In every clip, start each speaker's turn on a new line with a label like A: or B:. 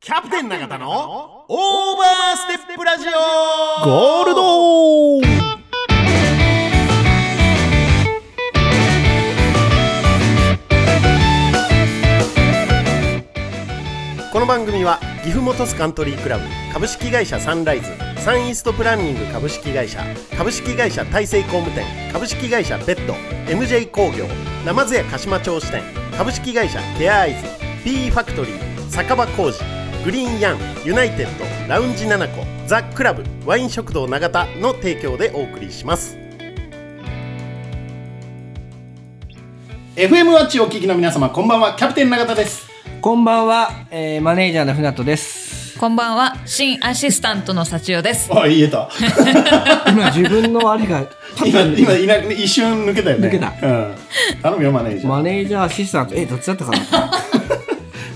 A: キャプテン永田のオーバーステップラジオ
B: ゴールド
A: この番組は岐阜本スカントリークラブ株式会社サンライズサンイーストプランニング株式会社株式会社大成工務店株式会社ペット MJ 工業ナマズ屋鹿島町支店株式会社ケアアイズ P ファクトリー酒場工事グリーンヤンユナイテッドラウンジナナコザ・クラブワイン食堂永田の提供でお送りします FM ワッチお聞きの皆様こんばんはキャプテン永田です
C: こんばんは、えーマネージャーの船戸です。
D: こんばんは、新アシスタントの幸代です。
A: あ言えた
C: 今自分のあれが、
A: 今今いな一瞬抜けたよね
C: 抜けた
A: うん、頼むよマネージャー
C: マネージャー、アシスタント、え、どっちだったかな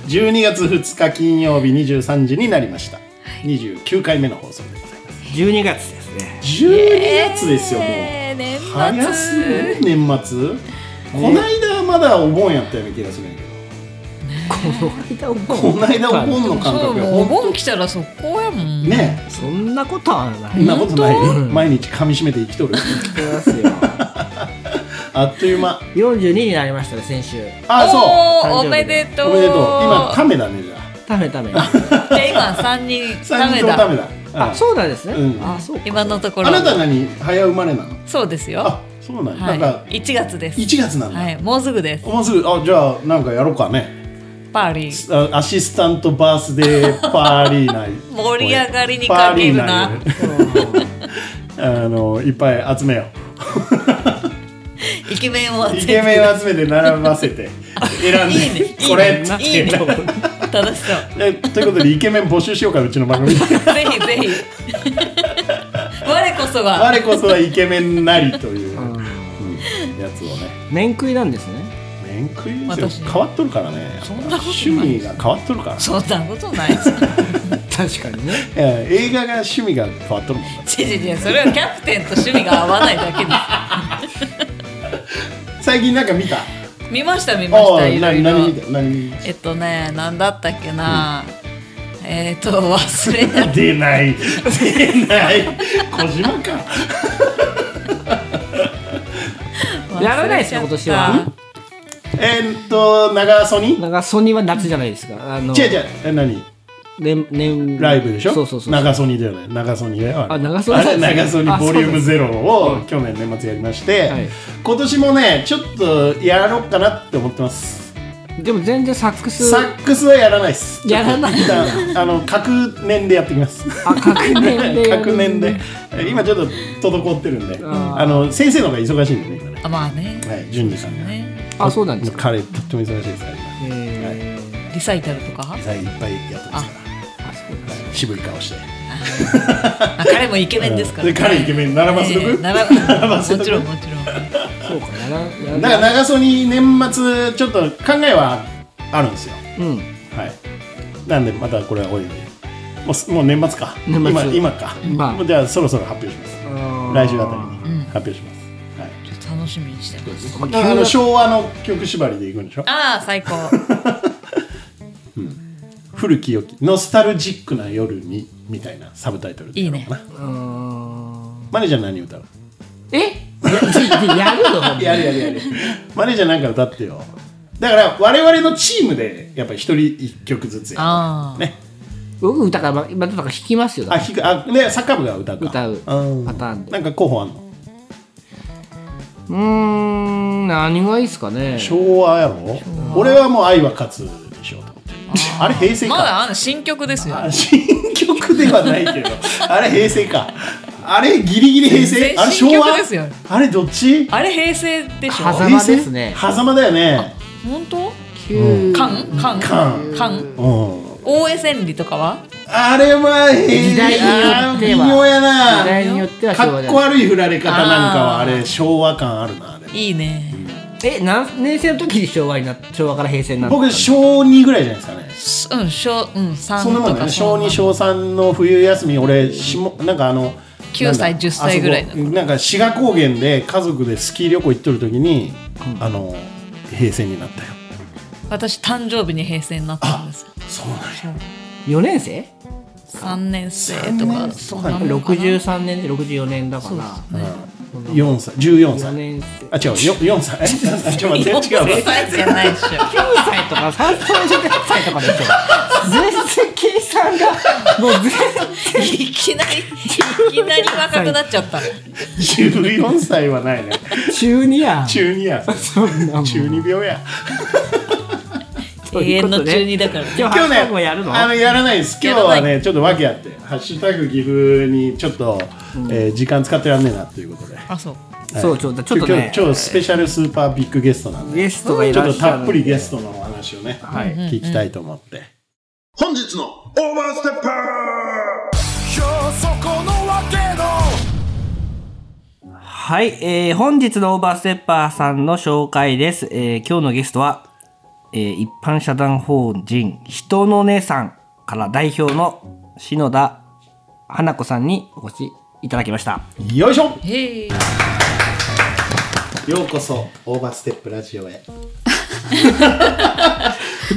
A: 12月2日金曜日23時になりました、29回目の放送でございます
C: ?12 月ですね。
A: 12月ですよもう
D: えー年
A: 早すぎ
D: 末。
A: る年末、こないだまだお盆やったような気がするんやけどこないだお盆の感
D: そう、
A: 覚が
D: もうお
A: ほん
D: 盆来たら速攻やもん。
A: ね
C: そんなことはな
A: え
C: い。
A: んなことないよ毎日噛みしめて生きとる
C: ますよ。
A: あっという間
C: 42になりましたね、先週。
A: あそ
D: おー
C: 誕生日で
D: おめでと
A: う
D: う。
A: おめでとう今ためだねじゃ
C: ためため。
D: じゃあ今三人
A: あ
D: ダ
A: 3
D: メ
A: 人ともた
D: だ。
A: めだ
C: あ、そうなんですね。
A: うん
C: あ、そうか。
D: 今のとこ
A: うん
D: ろ。
A: あなた何早生まれなの
D: そうですよ
A: あ。そうなんや、
D: は
A: なんか
D: い。一月です。
A: 1月なんだ、
D: はい、もうすぐです。
A: もうすぐあじゃあなんかやろうかね
D: パーリー。
A: あアシスタントバースデーパーリーナイ
D: 盛り上がりにかけるな
A: パーリーナイをあのいっぱい集めよ
D: イケメンを
A: うイ
D: 集め
A: ケメンを集めて並ばせ て選んで
D: いいね
A: これって
D: いいね。楽しそう。
A: えということでイケメン募集しようかうちの 番組
D: ぜひぜ ひ。我こそは。
A: 我こそはイケメンなりという、うんやつをね
C: 面食いなんですね。
A: 面食いですよ
D: 私
A: 変わっとるからね
D: そんなことない
A: 趣味が変わっとるから、
D: そんなことないです。
C: 確かにね。
A: えー映画が趣味が変わっとるもんね
D: 違う違う違うそれはキャプテンと趣味が合わないだけで
A: 最近なんか見た
D: す見ました見まし
A: ああ
D: たいろい
A: 何
D: ろ
A: 何見た何見た
D: えっとね何だったっけな、えっと忘れ
A: 出ない出ない小島か
C: やらないですね今年は
A: えーっと長曽に
C: なんかソニーは夏じゃないですか。あの、
A: 違う違うえ何
C: 年、年、
A: ライブでしょ
C: そうそうそう。
A: 長曽にだよね長曽にだよ
C: あ長曽に
A: あれ長曽に
C: あ
A: ボリューム
C: そう
A: ゼロを去年年末やりまして、
C: はい
A: 今年もねちょっとやろうかなって思ってます
C: でも全然サックス、
A: サックスはやらないっす
C: やらない
A: ちょっと一旦あの隔年でやってきます
C: あ、確年で。
A: 隔年で。え今ちょっと滞ってるんで
C: あー
A: あの先生の方が忙しいんでね今ね
D: あまあね
A: はい淳二さんが
D: ね
C: あ、そうなんですか。
A: 彼とっても忙しいですから今
C: えー
D: リサイタル とか
A: デザインいっぱいやってますから
C: あ、そうなんですね
A: 渋い顔して
D: あ彼もイケメンですから、
A: で彼イケメン並ばせとく
D: ええ並
A: 並ば
D: ば
A: せと
D: も
A: く
D: ちろんもちろん
C: そうか、やら、やら
A: だから長曽に年末ちょっと考えはあるんですよ
C: うん、
A: はいなんでまたこれはおいおいもうすもう年末か
C: 年末
A: 今今か、
C: まあ
A: もうじゃあそろそろ発表します来週あたり
D: うん
A: に発表します、はい
D: 楽しみにしてます
C: まあ
A: だからあ
C: 急
A: の
C: な
A: 昭和の曲縛りでいくんでしょ
D: あ あ最高
A: 古き良き「ノスタルジックな夜に」みたいなサブタイトルでやろうかない
C: うん
A: マネージャー何歌う
C: え ややるのほんま に
A: やるやるやる。マネージャーなんか歌ってよ。だから我々のチームでやっぱり一人一曲ずつやる
D: ああ、
A: ね。
C: 僕歌からままたなんか弾きますよ
A: あ、ひくあねサッカー部が歌うか。
C: 歌う
A: うん
C: パターンで
A: なんか候補あんの。
C: うーん何がいいですかね
A: 昭和やろ。俺はもう愛は勝つにしようと思ってる。あれ平成
D: ま
A: か。
D: だあの新曲ですよ
A: あ新曲ではない けど、あれ平成か。あれギリギリ平成。
D: 全
A: あれ
D: 然
A: 昭
D: 新
A: 和
D: 曲ですよ。
A: あれどっち？
D: あれ平成でしょ
C: 風間ですね
A: 平成狭間だよね。
D: 本当
C: 旧
D: カンカン
A: カ
D: カン
A: うん。
D: 大江千里とかは
A: あれは平成
C: 時代によっては
A: あー微妙や
C: 時
A: な。
C: 代によっては
A: かっこ
C: い
A: 悪い振られ方なんかはあ
D: あー
A: れ昭和感あるなあれ
D: いいね
C: え何年生の時に昭和にな昭和から平成になった
A: 僕小2ぐらいじゃないですかね
D: うん小うん三
A: そんなもん
D: と
A: だよ
D: か
A: ね小2
D: 2
A: 小3の冬休み俺しもなんかあの
D: 9
A: なんだ
D: 歳10歳ぐらいだ
A: あそこなんか志賀高原で家族でスキー旅行行っとる時に、あの平成になったよ
D: 私誕生日に平成になったんですよ
A: そうなんや
D: そう
C: 4年生
D: 3年生と
A: 三
D: か
A: 年生
D: そんなもんかな
C: 63年で64年だから
D: そうですね
A: 4歳14
C: 4
A: 歳
C: 年生
A: あ違うよ4歳えちょっと待って違うわ
D: 4歳じゃないでし
C: 9
D: ょ
C: 歳とか3 38歳とかでしょ全然計算がもう全
D: いきなりいきなり若くなっちゃった
A: 14歳はないね
C: 然中2やん
A: 中2や
C: そんなもん
A: 中二病や
C: ういう
D: 永
C: こ
D: 遠
C: と
D: の
C: ね
D: 中二だからね
C: 今日
A: 今日ね
C: ハッシュタグもやるの
A: あのやらないです今
D: や
A: 日
D: らない
A: はねちょっと訳あって「ハッシュタグ岐阜」にちょっと、えー時間使ってらんねえなということで、
D: あそう
C: そうちょっとちょっとね
A: 今日超スペシャルスーパービッグゲストなんで
C: ゲストがい
A: ちょ
C: ら
A: っ
C: っ
A: と
C: しゃる
A: たっぷりゲストのお話をね、
C: はい
A: 聞きたいと思って、
E: 本日のオーバーステッパ
C: はい、えー本日のオーバーステッパーさんの紹介です、えー今日のゲストは、えー一般社団法人人のねさんから代表の篠田花子さんにお越しいただきま した
A: よいしょ
D: へえ
A: ようこそオーバーステップラジオへ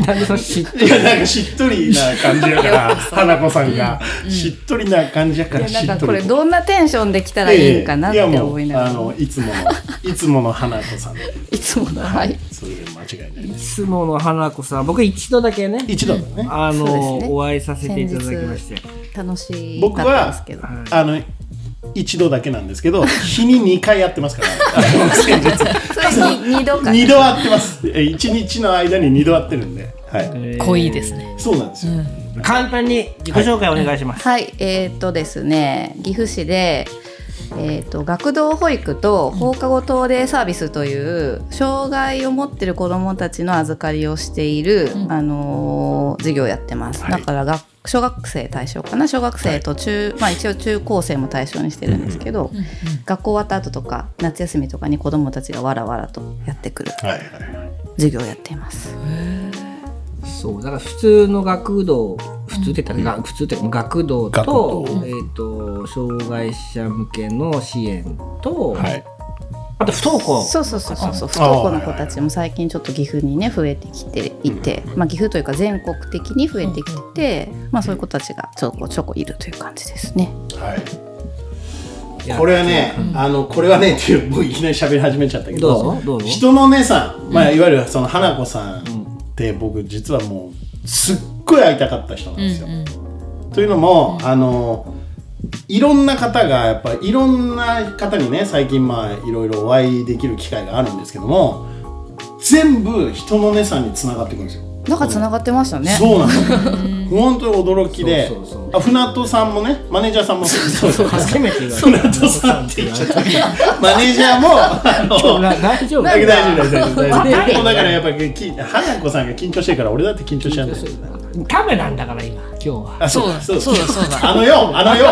C: なんでその知っ
A: いやなんかしっとりな感じやから
D: よ うこそ
A: 花子さんが、しっとりな感じやから
F: いや
A: し
F: な
A: っ
F: ん
A: と
F: か
A: り
F: これどんなテンションで来たらいいんかなって思いながら、
A: ややもうあのいつものいつもの花子さんで
F: いつものはい
A: それで間違いないです
C: つもの花子さん僕一度だけね
A: 一度だね
C: あの
F: そうですね
C: お会いさせていただきまして
F: 楽し
A: 僕
F: かった
A: は
F: ですけど
A: あの一度だけなんですけど日に2回やって ますからあの先日
F: それに二度か
A: 2度会ってますえ一日の間に2度会ってるんではい
D: 濃いですね
A: そうなんですよ、
C: 簡単に自己紹介お願いします、
F: はいえー、っとですね岐阜市でえー、と学童保育と放課後等デイサービスという障害を持ってる子どもたちの預かりをしている、
D: うん
F: あのー事業をやってます、
A: はい
F: だからが小学生対象かな小学生と中、まあ一応中高生も対象にしてるんですけど、学校終わった後とか夏休みとかに子どもたちがわらわらとやってくる
A: はいはいはい
F: 授業をやっています。
C: そうだから普通の学童普通って言ったらが、普通って学童
A: 学
C: と
A: 童
C: えっ、と障害者向けの支援と、
A: はい
C: あと不登校
F: そうそうそうそうそう不登校の子たちも最近ちょっと岐阜にね増えてきていて、まあ岐阜というか全国的に増えてきてて、まあそういう子たちがちょこちょこいるという感じですね。
A: はい
C: いや
A: これはね、あのこれはねっていうもういきなり喋り始めちゃったけど
C: どうぞどうぞ
A: 人の姉さん、まあ、いわゆるその花子さんって僕実はもうすっごい会いたかった人なんですよ。というのも、あのいろんな方がやっぱいろんな方にね最近まあいろいろお会いできる機会があるんですけども全部人の姉さんにつながってくるんですよ。
F: なんか繋がってましたね。
A: そうな の。本当に驚きで
C: そうそうそう、
A: あ船戸さんもね、マネージャーさんもそうそう
C: 初めて言われた
A: 船戸さんって言っちゃった。マネージャーも、あの
C: な大丈夫
A: 大丈夫大丈夫大丈
C: なんだ
A: 夫。もうだからやっぱりき花子さんが緊張してるから俺だって緊張しちゃうんだよ。
C: カメなんだから今今日は
A: あ
D: そうだそうだそうだ
A: あのよあのよ。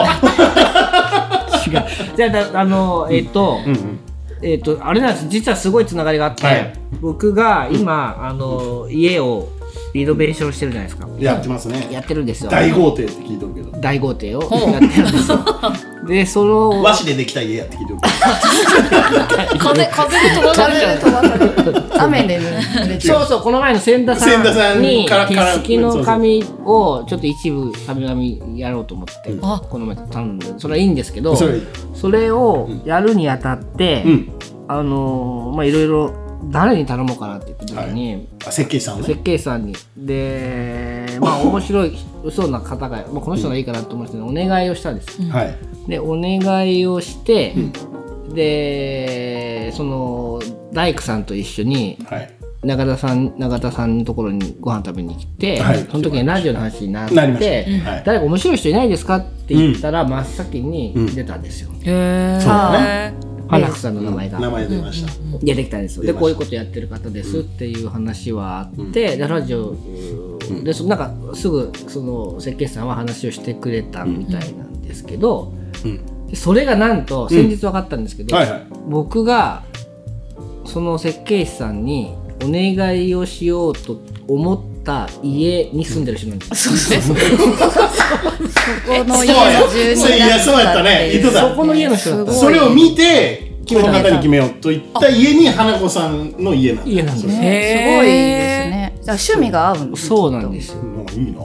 C: 違うじゃあだあのえっ、と、えっ、とあれなんです実はすごいつながりがあって、
A: はい
C: 僕が今あの家をリノベーションしてるじゃないですか
A: やってます
C: やっ
A: ね。
C: てるんですよ
A: 大豪邸って聞いてるけど。
C: 大豪邸をやってるんで すよでその
A: 和紙でできた家やって聞いてるけど。
D: 風風で飛ばされちゃう
F: 雨で濡れて
C: そうそうこの前の千田
A: 千田さ
C: さ
A: ん
C: んに
A: から
C: 手
A: から
C: すきの紙をちょっと一部紙紙やろうと思って、
D: あ
C: この前頼んでそれはいいんですけど
A: それ
C: それをやるにあたって、
A: うん。
C: あのーまあいろいろ誰に頼もうかなって言った時に、
A: あ設計士さんね。
C: 設計士さんにで まあ面白いそうな方が、まあ、この人がいいかなと思ってお願いをしたんです、
A: はい。
C: でお願いをして、でその大工さんと一緒に
A: はい。
C: 永田さん永田さんのところにご飯食べに来て、
A: はい
C: その時にラジオの話になって
A: なりましたはい
C: 誰か面白い人いないですかって言ったら、真っ先に出たんですよ、
D: へ
A: そうだ
D: え
C: 花子さんの名前が。
A: 名前出ました。
C: 出てきたんですよ
A: 出
C: で
A: ました
C: こういうことやってる方ですっていう話はあって、でラジオでそのなんかすぐその設計士さんは話をしてくれたみたいなんですけど、
A: ん
C: でそれがなんと先日分かったんですけど、
A: はいはい。
C: 僕がその設計士さんにお願いをしようと思った家に住んでる人なんですよ
D: そうですね
F: この
A: そう
F: 家
A: や
F: の住
A: そう
F: 人
A: やそうやった
F: だったって
A: ね。
F: い
A: 糸
F: う。
A: だ。
C: そこの家の人だったんです
F: す
A: それを見てこの方に決めようと言った家に花子さんの家なんだ
C: 家なんですよ
F: ねすごいですね。だから趣味が合うんです。
C: そうなんですよ
A: もういいな。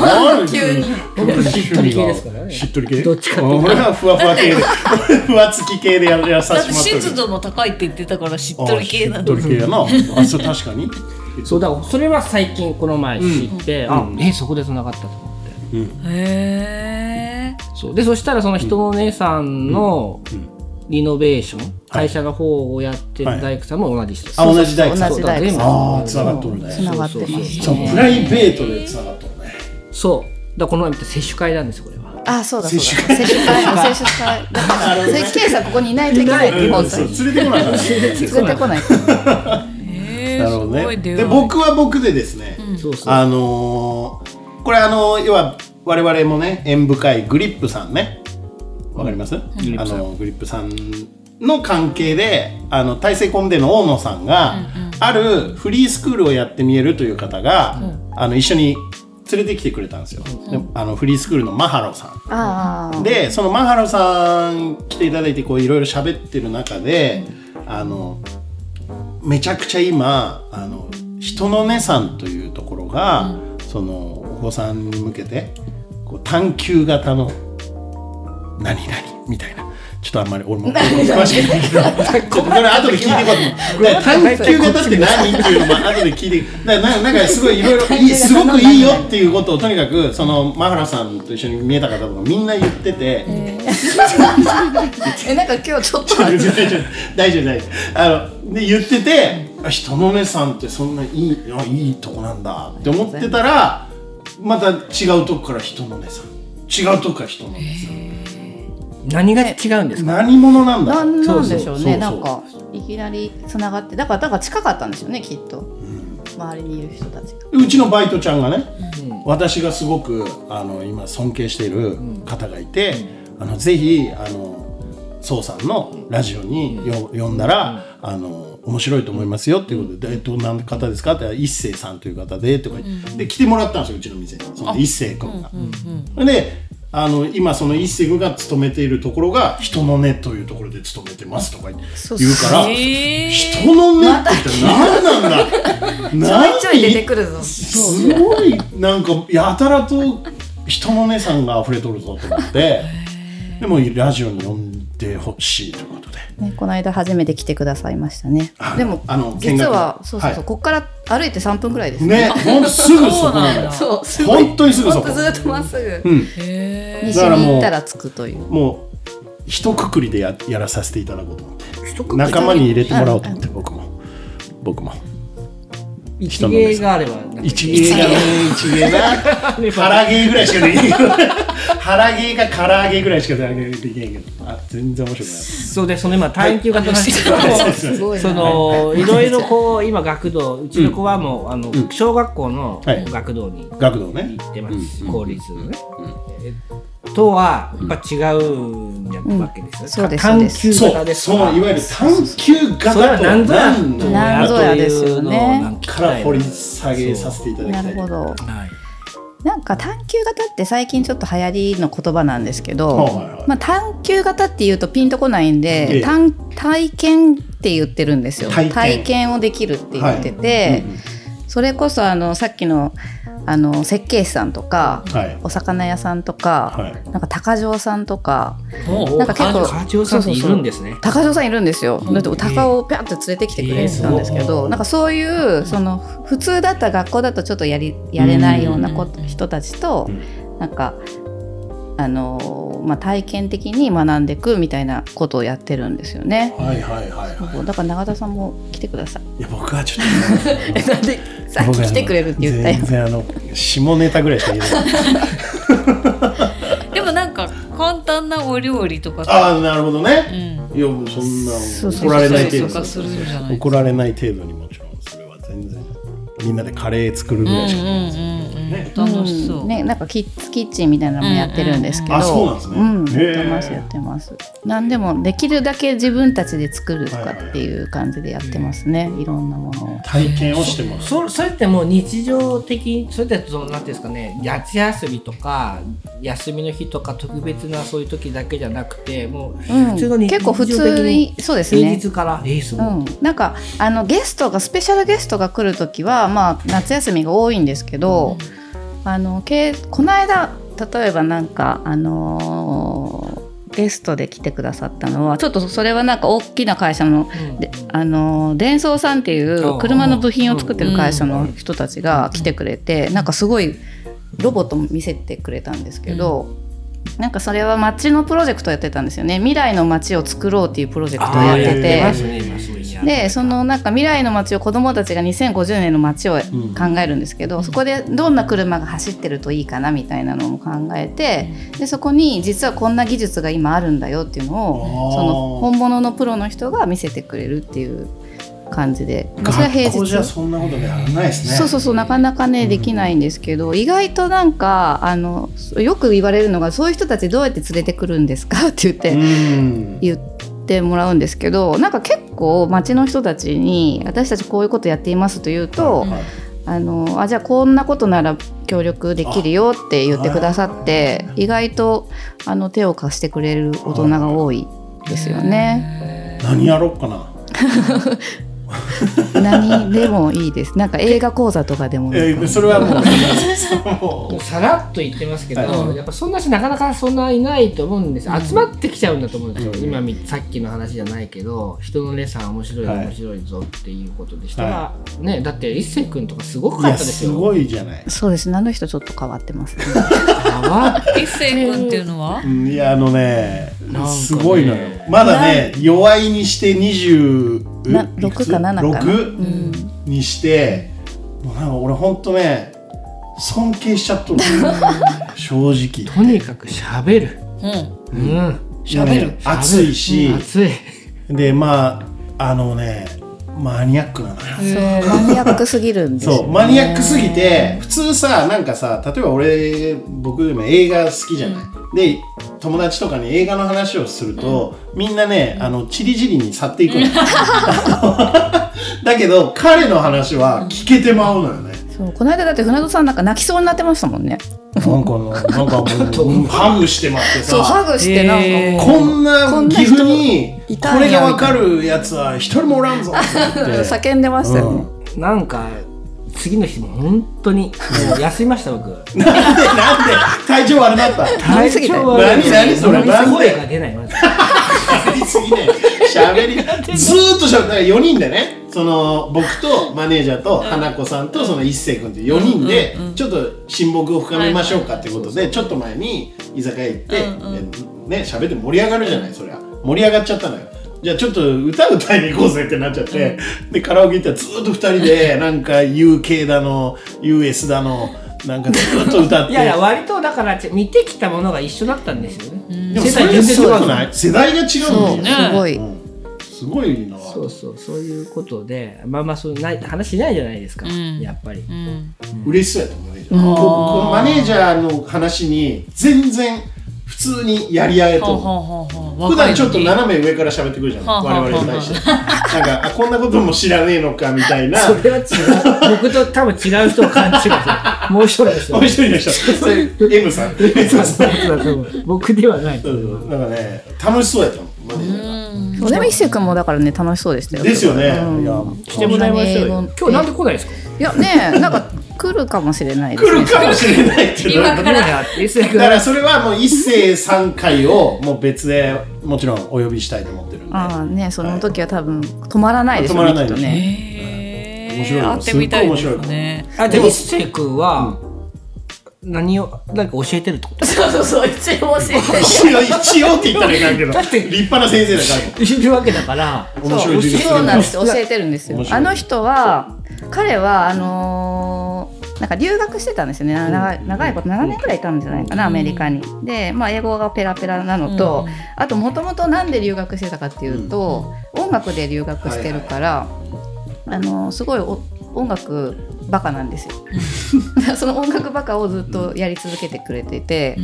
A: 何
D: 急に。
A: 僕
C: しっとり系ですからね
A: しっとり系。
C: どっちかっていうと
A: 俺はふわふわ系で、ふわつき系でやるやさ
D: だっ
A: してまっとる
D: 湿度も高いって言ってたからしっとり系
A: あ
D: な
A: しっ
D: の
A: とり系やな。 あ、そう確かに。
C: そうだからそれは最近この前知って、
A: ん
C: あ、
A: うん
C: えそこで繋がったと思って
D: へえ
C: そうでそしたらその人の姉さんの
A: うん
C: リノベーション、会社の方をやってる大工さんも同じ人です、
A: あ、同じ大工さん
F: 同。じ大工さん
A: ああ、繋がっとる
F: つ
A: ね。
F: ながってますね
A: そう、プライベートで繋がっとるね。
C: そうだからこの前見た接種会なんですよこれは
F: あそうだそうだ接種会接種会だからそれケイさんここにいないといけないって
A: う
F: 本
A: ん
F: 当
A: そう
F: に
A: 連れてこない からね。
F: 連れてこない
D: へえ
A: なる
D: す
A: ほど
D: ご
A: ね。
D: い出
A: で、
D: 会い
A: 僕は僕でですね。
C: そうそう
A: あのーこれあのー要は我々もね縁深いグリップさんねわかります、
C: リッ
A: あ
C: プさん
A: のーグリップさんの関係であの大成コムでの大野さんが、あるフリースクールをやってみえるという方が、あの一緒に連れてきてくれたんですよ、であのフリースクールのマハロさん
F: ああ
A: でそのマハロさん来ていただいてこういろいろ喋ってる中で、あのめちゃくちゃ今あの人の値さんというところが、そのお子さんに向けてこう探求型の何々みたいなちょっとあんまり俺も詳しくない けどちょっとこれ後で聞いていこうだから探求型って何っていうのも後で聞いていくだからなんかなんかすごいいろいろいいすごくいいよっていうことをとにかくそのマハラさんと一緒に見えた方とかみんな言ってて。
F: えなんか今日ちょっと
A: 大丈夫大丈夫大丈夫あので言っててあ人の姉さんってそんないいあいいとこなんだって思ってたらまた違うとこから人の姉さん違うとこから人の姉さん
C: 何が違うんですか
A: 何者なんだ
F: なんなんでしょう
A: そうそうそう
F: ねなんかいきなりつながってだからだから近かったんでしょうねきっと周りにいる人たちが
A: うちのバイトちゃんがね、私がすごくあの今尊敬している方がいて、あのぜひあの宋さんのラジオによ、呼んだら、あの面白いと思いますよっていうことで、でどんな方ですかって一星さんという方でとか、で来てもらったんですようちの店にその一星君が。であの今その一星君が勤めているところが「人の根」というところで勤めてますとか言うから「
D: へー
A: 人の根」って何なんだ
F: ちょいちょい出てくるぞ
A: すごいなんかやたらと人の姉さんが溢れとるぞと思ってでもラジオに呼んでほしいということで
F: ね、この間初めて来てくださいましたね
A: あ。
F: でも
A: あの見
F: 実
A: 学
F: はそうそうそう、
A: はい
F: ここから歩いて3分くらいですね。
A: ねほんとすぐそこなのよ
F: そうすごい
A: 本当にすぐそこ
F: ほんとずっとまっすぐ、
A: うん
F: 西に行ったら着くという。
A: もう一括りでややらさせていただこうと思って仲間に入れてもらおうと思って僕も僕も
C: 一芸があればなんか
A: 一芸がね一芸な腹芸ぐらいしかできない腹芸か唐揚げぐらいしかできないけどあ全然面白くない
C: そうでその今探求型なんですけど
F: すごい
C: そ
F: な。
C: のいろいろこう今学童うちの子はもう、あの小学校の
A: はい
C: 学童に
A: 学童ね
C: 行ってます、公立のね、えとはやっぱ違うんじゃわけですよ、
F: そうです
C: 探求
A: そ
C: 型
A: う、
C: です
A: そう、いわゆる探求型
C: それは
A: と
C: 何ぞや
A: 何の
F: なんぞやですよね
A: から掘り
C: す
A: 下げさせていただきた。
F: ないるほど。
C: はい
F: なんか探求型って最近ちょっと流行りの言葉なんですけど、
A: はいはいはい
F: まあ探求型っていうとピンとこないん
A: ええ
F: で、探体験って言ってるんですよ。
A: 体
F: 体
A: 験
F: 験をできるって言ってて、
A: はいうんうん
F: それこそあのさっきのあの設計士さんとか、
A: はい
F: お魚屋さんとか、
A: はい
F: なんか鷹匠さんとか
C: も
F: な
C: うん
F: か結構
C: 課長さんっているんですね
F: 鷹匠さんいるんですよ。だって鷹をピャンって連れてきてくれてたんですけど、なんかそういうその普通だったら学校だとちょっとやりやれないようなこと人たちと、なんかあのーまあ体験的に学んでいくみたいなことをやってるんですよね。
A: はいはいはいは
F: だから永田さんも来てくだ さい。
A: い。いや、僕はちょっと。
F: えなんでさっ
A: 僕
F: き
A: は
F: 来てくれるって言ったよ
A: 全。然あの、下ネタぐらいしか言えない。
D: でもなんか簡単なお料理とか
A: ああ、なるほど
D: う
A: ね。
D: ん
A: いや、もうそんな
F: そうそう
A: 怒られない程
D: そうそうそうそうするじゃない
A: 度。怒られない程度にもちろん、それは全然。みんなでカレー作るぐ
D: うんう
A: らいしか。
D: んうんうん楽しそう、
F: ね、なんかキッズキッチンみたいなのもやってるんですけど、
A: うんうんうんあそうなんですね
F: うんやってます
A: へー
F: やってます。なんでもできるだけ自分たちで作るとかっていう感じでやってますね。いろんなものを。
A: 体験をしてます。
C: そそれってもう日常的にそれってそのなんていうんですかね夏休みとか休みの日とか特別なそういう時だけじゃなくてもう普通の
F: うん、
C: 日
F: 結構普通にそうです
C: 平
F: ね。
C: 日からレース
F: う
C: も、
F: ん、なんかあのゲストがスペシャルゲストが来る時はまあ夏休みが多いんですけど、あのけこの間例えばなんかあのーゲストで来てくださったのはちょっとそれはなんか大きな会社のであのデンソーさんっていう車の部品を作ってる会社の人たちが来てくれてなんかすごいロボットも見せてくれたんですけど、なんかそれは街のプロジェクトやってたんですよね未来の街を作ろうっていうプロジェクトをやってて。
C: あーやってますね今すごいやって
F: でそのなんか未来の街を子どもたちが2050年の街を考えるんですけど、そこでどんな車が走ってるといいかなみたいなのも考えてでそこに実はこんな技術が今あるんだよっていうの
A: あ
F: を
A: ー
F: その本物のプロの人が見せてくれるっていう感じでそれは平
A: 学校
F: 日
A: じゃそんなことやらないですね。
F: そうそうそうなかなかねできないんですけど、意外となんかあのよく言われるのがそういう人たちどうやって連れてくるんですかって言って。
A: うん。
F: 言ってもらうんですけどなんか結構町の人たちに私たちこういうことやっていますと言うと、
A: はい
F: あのあじゃあこんなことなら協力できるよって言ってくださって意外とあの手を貸してくれる大人が多いですよね。
A: 何やろうかな。
F: 何でもいいです。なんか映画講座とかでも
A: え
F: なんか
A: それはもうもう。
C: さらっと言ってますけど、
A: は
C: やっぱそんな人なかなかそんないないと思うんです、集まってきちゃうんだと思うんですよ、
A: うん
C: 今みさっきの話じゃないけど人の姉さん面白い、
A: はい
C: 面白いぞっていうことでしたら、ねだって一星君とかすごかっ
A: い
C: たで
A: や
C: す
A: す
C: よ
A: ごいじゃない。
F: そうですね。あの人ちょっと変わってます ね。
C: やば
D: 一星君っていうのは
A: うんいやあのね
C: なんかね
A: すごいのよ。まだね弱いにして二十
F: な六か七かな。う
A: 六
F: ん
A: にして、もうなんか俺本当ね尊敬しちゃっとる。正直。
C: とにかくしゃべる
D: うん
C: うん
A: 喋る熱いし
C: 熱い
A: でまああのねマニアックなのよ。
F: そうマニアックすぎるんですよ
A: そうマニアックすぎて普通さなんかさ例えば俺僕でも映画好きじゃない、で友達とかに映画の話をすると、みんなねあのチリジリに去っていくの、あの だけど彼の話は聞けてまうのよね、
F: そうこの間だって船戸さんなんか泣きそうになってましたもんね。
A: なんかのなんかもううん ハグしてまって
F: そうハ
A: さ
F: グしてなんか、
C: えー
A: こん
F: こ
A: なん
F: な
A: 岐
F: 人
A: 阜に
F: いたんや
A: これがわかるやつは一人もおらんぞって 言って
F: 叫んでましたよ
A: う
F: ね。
A: ん
C: なんか次の日も本当にもう休みました僕
A: なんでなんで体調悪なった
F: 飲みすぎたよ
C: 体調悪い
A: 何何それ
C: 飲みすぎ声が出ないまず
A: 喋りすぎね喋りずーっと喋って4人でねその僕とマネージャーと花子さんとその一星君って4人でちょっと親睦を深めましょうかってことでちょっと前に居酒屋行って、ね喋って盛り上がるじゃないそりゃ盛り上がっちゃったのよじゃあちょっと歌歌いに行こうぜってなっちゃって、でカラオケ行ったらずーっと2人でなんか UK だの US だのなんかずーっと歌って
C: いやいや割とだからち見てきたものが一緒だったんですよね。
A: でもそれがすごくない世代が違
F: そう
A: うんだよね
F: すごい。
A: うんすごいな
C: そうそうそういうことでまあまあそうない話しないじゃないですか、
D: ん
C: やっぱり。
D: うん
A: 嬉しそうやったマネージャーここのマネージャーの話に全然普通にやり合え
D: ほう
A: と
D: ほうほうほう
A: 普段ちょっと
D: な
A: 斜め上から喋ってくるじゃん
D: はあはあ
A: 我々に対してなんかあこんなことも知らねえのかみたいな
C: それは違う僕と多分違う人を勘違いするもう一人の人
A: もう一人の人それ M さん
C: そうそうそうそう僕ではない
A: そうそうなんかね楽しそうやったもんマネージャーが
F: そうでも一星君もだからね楽しそうでしたよ。
A: ですよね、
F: うん
A: いや
C: 来てもらいましょうよ
F: こんなに英語
C: 今日なんで来ないですか
F: いやねなんか来るかもしれないです、
A: 来
F: ね。
A: るかもしれないっていうの
D: 今
A: は
D: か
C: 来ない
D: ら
C: なって一星
A: だ
C: 君
A: からそれはもう一世三回をもう別でもちろんお呼びしたいと思ってるんで
F: ああねその時は多分止まらないでしょう
A: 止
F: ね
A: まら
F: き
A: ない
F: っとね。
D: へー
A: 面白いよ
D: 会ってみたいです
A: すっごい面白い
D: ね
C: あでも一星君は、何を何か教えてるってこと
D: そうそうそう一応教えて
A: 一応一応って言ったらいかんけど
C: だって
A: 立派な先生だから
C: いるわけだから
A: 面白い授業
F: そうなんですよ教えてるんですよ
A: 面。白い
F: あの人は彼はあのーなんか留学してたんですよね長い長いこと7年くらいいたんじゃないかな、アメリカに。で、まあ、英語がペラペラなのと、あともともとなんで留学してたかっていうと、音楽で留学してるから、あのすごいお音楽バカなんですよ。 その音楽バカをずっとやり続けてくれてて、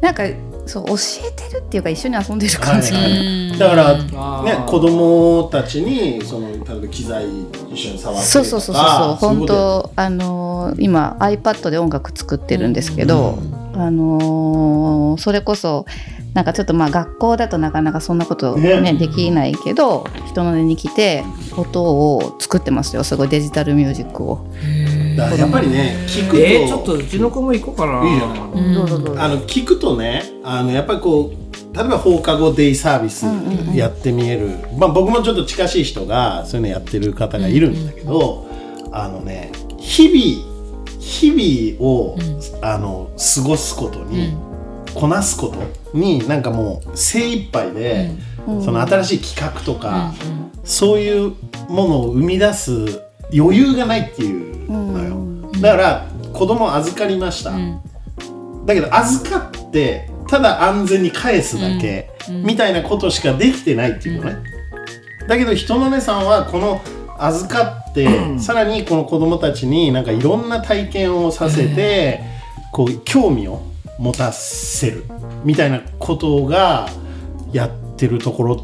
F: なんかそう教えてるっていうか一緒に遊んでる感じが、
A: はい
D: うん
A: だから
C: あー
A: ね子供たちにその例えば機材一緒に触って
F: そうそうそうそうそう本
A: 当
F: 当あのー今 iPad で音楽作ってるんですけど、あのーそれこそなんかちょっとまあ学校だとなかなかそんなこと、ね
A: ね
F: できないけど人の音に来て音を作ってますよすごいデジタルミュージックを。
A: だからやっぱりね聞くと,、
C: えー、ちょっとうちの子も行こうかな。
A: いいじゃない
D: うん
F: どうぞどうぞ
A: あの聞くとねあのやっぱりこう例えば放課後デイサービスやってみえる、まあ、僕もちょっと近しい人がそういうのやってる方がいるんだけど、あのね日々日々を、あの過ごすことに、こなすことになんかもう精一杯で、その新しい企画とか、そういうものを生み出す余裕がないっていうのよ、だから子供預かりました、だけど預かってただ安全に返すだけ、みたいなことしかできてないっていうのね、だけど人の目さんはこの預かって、さらにこの子供たちになんかいろんな体験をさせて、こう興味を持たせるみたいなことがやってるところ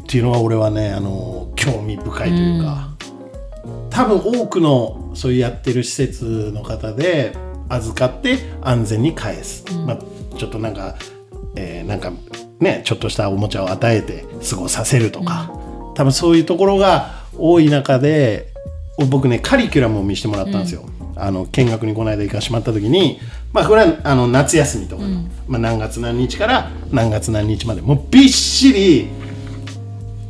A: っていうのは俺はねあの興味深いというか。多分多くのそういうやってる施設の方で預かって安全に返す、まあ、ちょっとなんか、えーなんかねちょっとしたおもちゃを与えて過ごさせるとか、多分そういうところが多い中で僕ねカリキュラムを見せてもらったんですよ、あの見学にこの間行かしてもらった時にまあこれはあの夏休みとかの、まあ、何月何日から何月何日までもうびっしり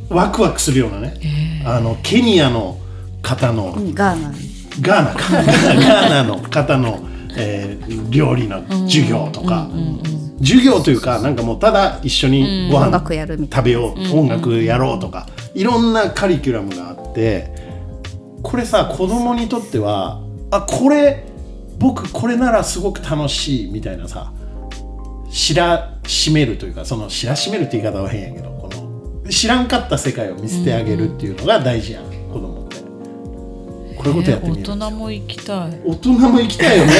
A: ワクワクするようなね、あのケニアの方の、
F: ガーナ
A: ガーナ かガーナの方の、えー料理の授業とか、授業というかなんかもうただ一緒にご
F: 音
A: 飯
F: 楽やるみたい
A: 食べよう、音楽やろうとかいろんなカリキュラムがあってこれさ子供にとってはあこれ僕これならすごく楽しいみたいなさ知らしめるというかその知らしめるって言い方は変やけどこの知らんかった世界を見せてあげるっていうのが大事やん、子供って。こういうことやってみるんですよ
D: 大人も行きたい。
A: 大人も行きたいよね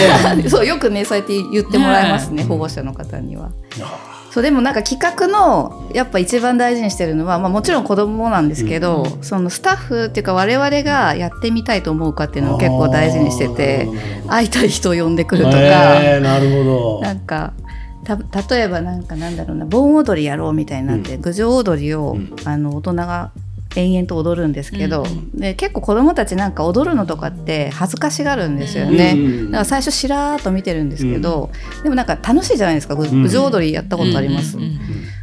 F: なそうよくねそうやって言ってもらいますね保護者の方には。そうでもなんか企画のやっぱ一番大事にしてるのは、まあ、もちろん子供もなんですけど、そのスタッフっていうか我々がやってみたいと思うかっていうのを 結構大事にしてて会いたい人を呼んでくるとか、
A: えーなるほど
F: なんかた例えばなんかなんだろうな盆踊りやろうみたいになって、郡上踊りを、あの大人が延々と踊るんですけど、で結構子供たちなんか踊るのとかって恥ずかしがるんですよね、だから最初しらーっと見てるんですけど、でもなんか楽しいじゃないですかぐ郡上踊りやったことあります、
D: うんうん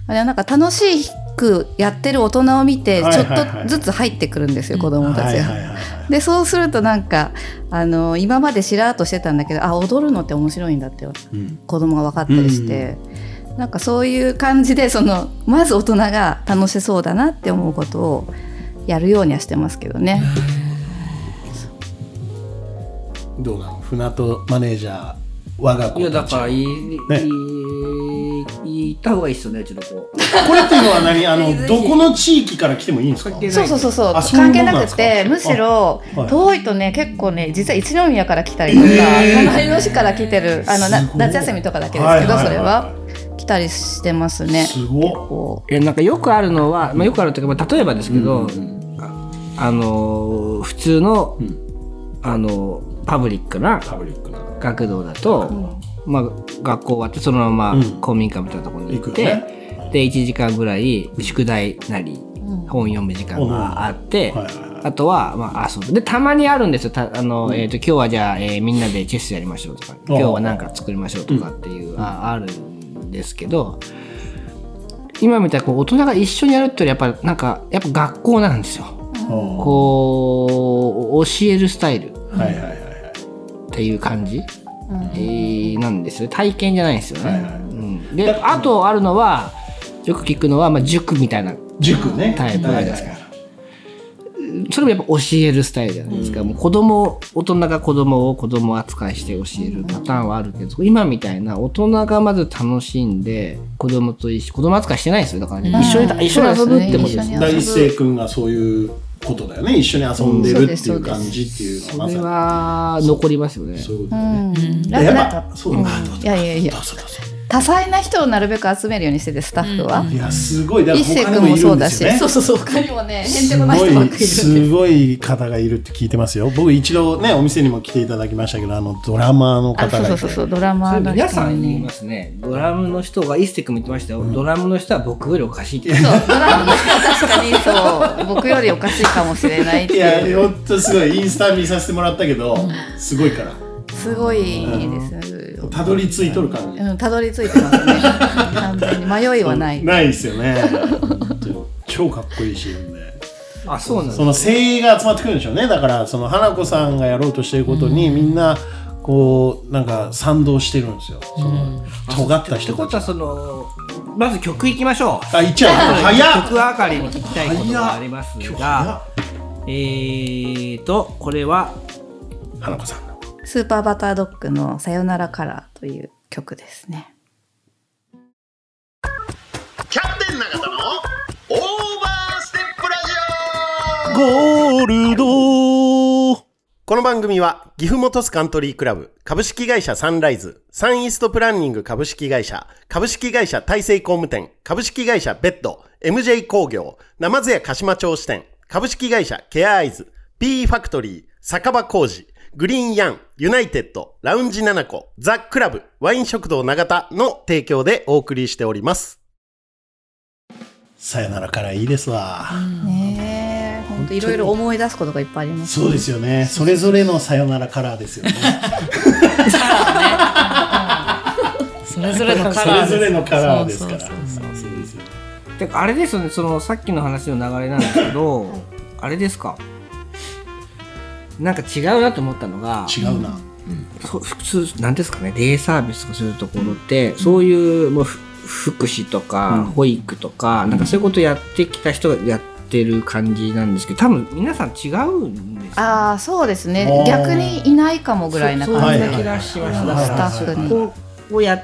F: あれはなんか楽しくやってる大人を見てち
A: はい
F: ょ
A: はい
F: っ
A: はい
F: とずつ入ってくるんですよ、子供た
A: は
F: ち
A: い
F: が。
A: はいはい
F: でそうするとなんかあの今までしらーっとしてたんだけどあ踊るのって面白いんだって、子供が分かったりして、なんかそういう感じでそのまず大人が楽しそうだなって思うことをやるようにはしてますけどね。
A: どうなの船とマネージャー我が
C: いや
A: 子
C: だ
A: たち
C: からいい、
A: ね
C: いい行った方がいいっすよねうちの子。
A: これっていうのは何あ のどこの地域から来てもいいんですか
F: そうそうそうそう
A: あそういうも
F: 関
A: ん
F: 係
A: なん
F: な
A: です
F: く
A: か
F: てむしろ
A: あはい
F: 遠いとね結構ね実は一宮から来たりとか、隣の市から来てるあのな
A: すごい
F: 夏休みとかだけですけど、
A: はいはいはいはい
F: それは来たりしてますね。
A: すごっ
F: こ
C: えなんかよくあるのは、まあ、よくあるというか、まあ、例えばですけど、ああのー普通の、あのーパブリックな
A: パブリックな
C: 学童だと、まあ、学校終わってそのまま
A: うん
C: 公民館みたいなところに行って、
A: 行くよ
C: で1時間ぐらい宿題なり、本読む時間があって、
A: はいはいはい
C: あとは、まあ、遊ぶでたまにあるんですよたあの、えー、と今日はじゃあ、えーみんなでチェスやりましょうとか今日は何か作りましょうとかっていう、ああるんですけど今みたいにこう大人が一緒にやるっていうよりやっぱなんかやっぱ学校なんですよ。こう教えるスタイル。
A: はいはいはいはい
C: っていう感じ、えーなんですよ体験じゃないんですよね、
A: はい
C: うん、であとあるのはよく聞くのは、まあ、塾みたいな
A: 塾ね
C: タイプ
A: はい
C: ですからそれもやっぱ教えるスタイルじゃないですか、もう子供大人が子供を子供扱いして教えるパターンはあるけど、今みたいな大人がまず楽しんで子供と一緒子供扱いしてないですよだからね、一緒に一緒に遊ぶってことです
F: そうですね一緒に
C: ね
A: 大一生君がそういうことだよね一緒に遊んでるっていう感じっていうのは
C: そ
A: ま
C: れ
A: さに
C: は残りますよね
A: そういうこと
F: うう
A: だよね
F: ん、
A: やっぱ
F: なんか
A: そうなんだ
F: いやいやいや
A: どうぞどうぞ
F: 多彩な人をなるべく集めるようにしててスタッフは、
D: うん
A: いやすごいだから
F: 一星
A: 他に
F: 君
A: もい
F: も
A: る
F: そ
A: ん
F: う
A: で
F: だ
A: す
F: し、
A: よね
F: そうそうそう他にもねへんて
A: す
F: こな
A: ご
F: い人ば
A: い
F: っかりいるんです
A: ごい方がいるって聞いてますよ僕一度ねお店にも来ていただきましたけどあのドラマーの
F: あ
A: 方
F: そ
A: が
F: う
A: いて
F: そうそうそうドラマ
C: そ
F: ー
C: れ
F: の人も
C: 皆さ
F: ね
C: んに言いますねドラムの人が一石君も言ってましたよ、ドラムの人は僕よりおかしいって
F: そうドラムの人は確かにそう僕よりおかしいかもしれないって
A: いや
F: いう
A: 本当すごいインスタ見させてもらったけどすごいから
F: すごいですよ
A: たどり着いとる感じ
F: うんたどり着いてますね完全に迷いはない
A: ないですよ ね本当に超かっこいいシーンで
C: あそうなん
A: その精鋭が集まってくるんでしょうねだからその花子さんがやろうとしていることにみんなこうなんか賛同してるんですよその尖った
C: って
A: 人た
C: こと
A: ち
C: はそのまず曲いきましょう
A: あいっちゃう早っ
C: 曲あかりに聞きたいことがあります
A: 今日早
C: が
A: っ
C: えーとこれは
A: 花子さんの
F: スーパーバタードッグの「さよならカラー」という曲ですね
E: キャプテン永田のオーバーステップラジオ
G: ゴールドこの番組は岐阜本スカントリークラブ株式会社サンライズサンイーストプランニング株式会社株式会社大成工務店株式会社ベッド MJ 工業生津屋鹿島町支店株式会社ケアアイズ PE ファクトリー酒場工事グリーンヤンユナイテッドラウンジ7個ザ・クラブワイン食堂長田の提供でお送りしております
A: さよならからいいですわ、
F: ねえ本当いろいろ思い出すことがいっぱいあります
A: そうですよねそれぞれのさよならカラーですよね
D: それぞれのカ
A: そ
D: ラ
A: れ
D: ー
A: ぞれのカラーですから
D: そうそう
A: そ
D: そう
A: うですよね
C: てかあれですよねそのさっきの話の流れなんですけど、あれですかなんか違うなと思ったのが
A: 違うな、
C: そう普通なんですかねデイサービスとかするところって、そういうもうふ福祉とか保育とか、なんかそういうことやってきた人がやってる感じなんですけど多分皆さん違うんですよ
F: ああそうです
A: あ
F: ね
A: ー
F: 逆にいないかもぐらいな
C: そうそう
F: 感
A: は
F: じ
A: い
C: い
F: で
C: う気がしました、
A: はい
F: スタッフに
C: こうこうや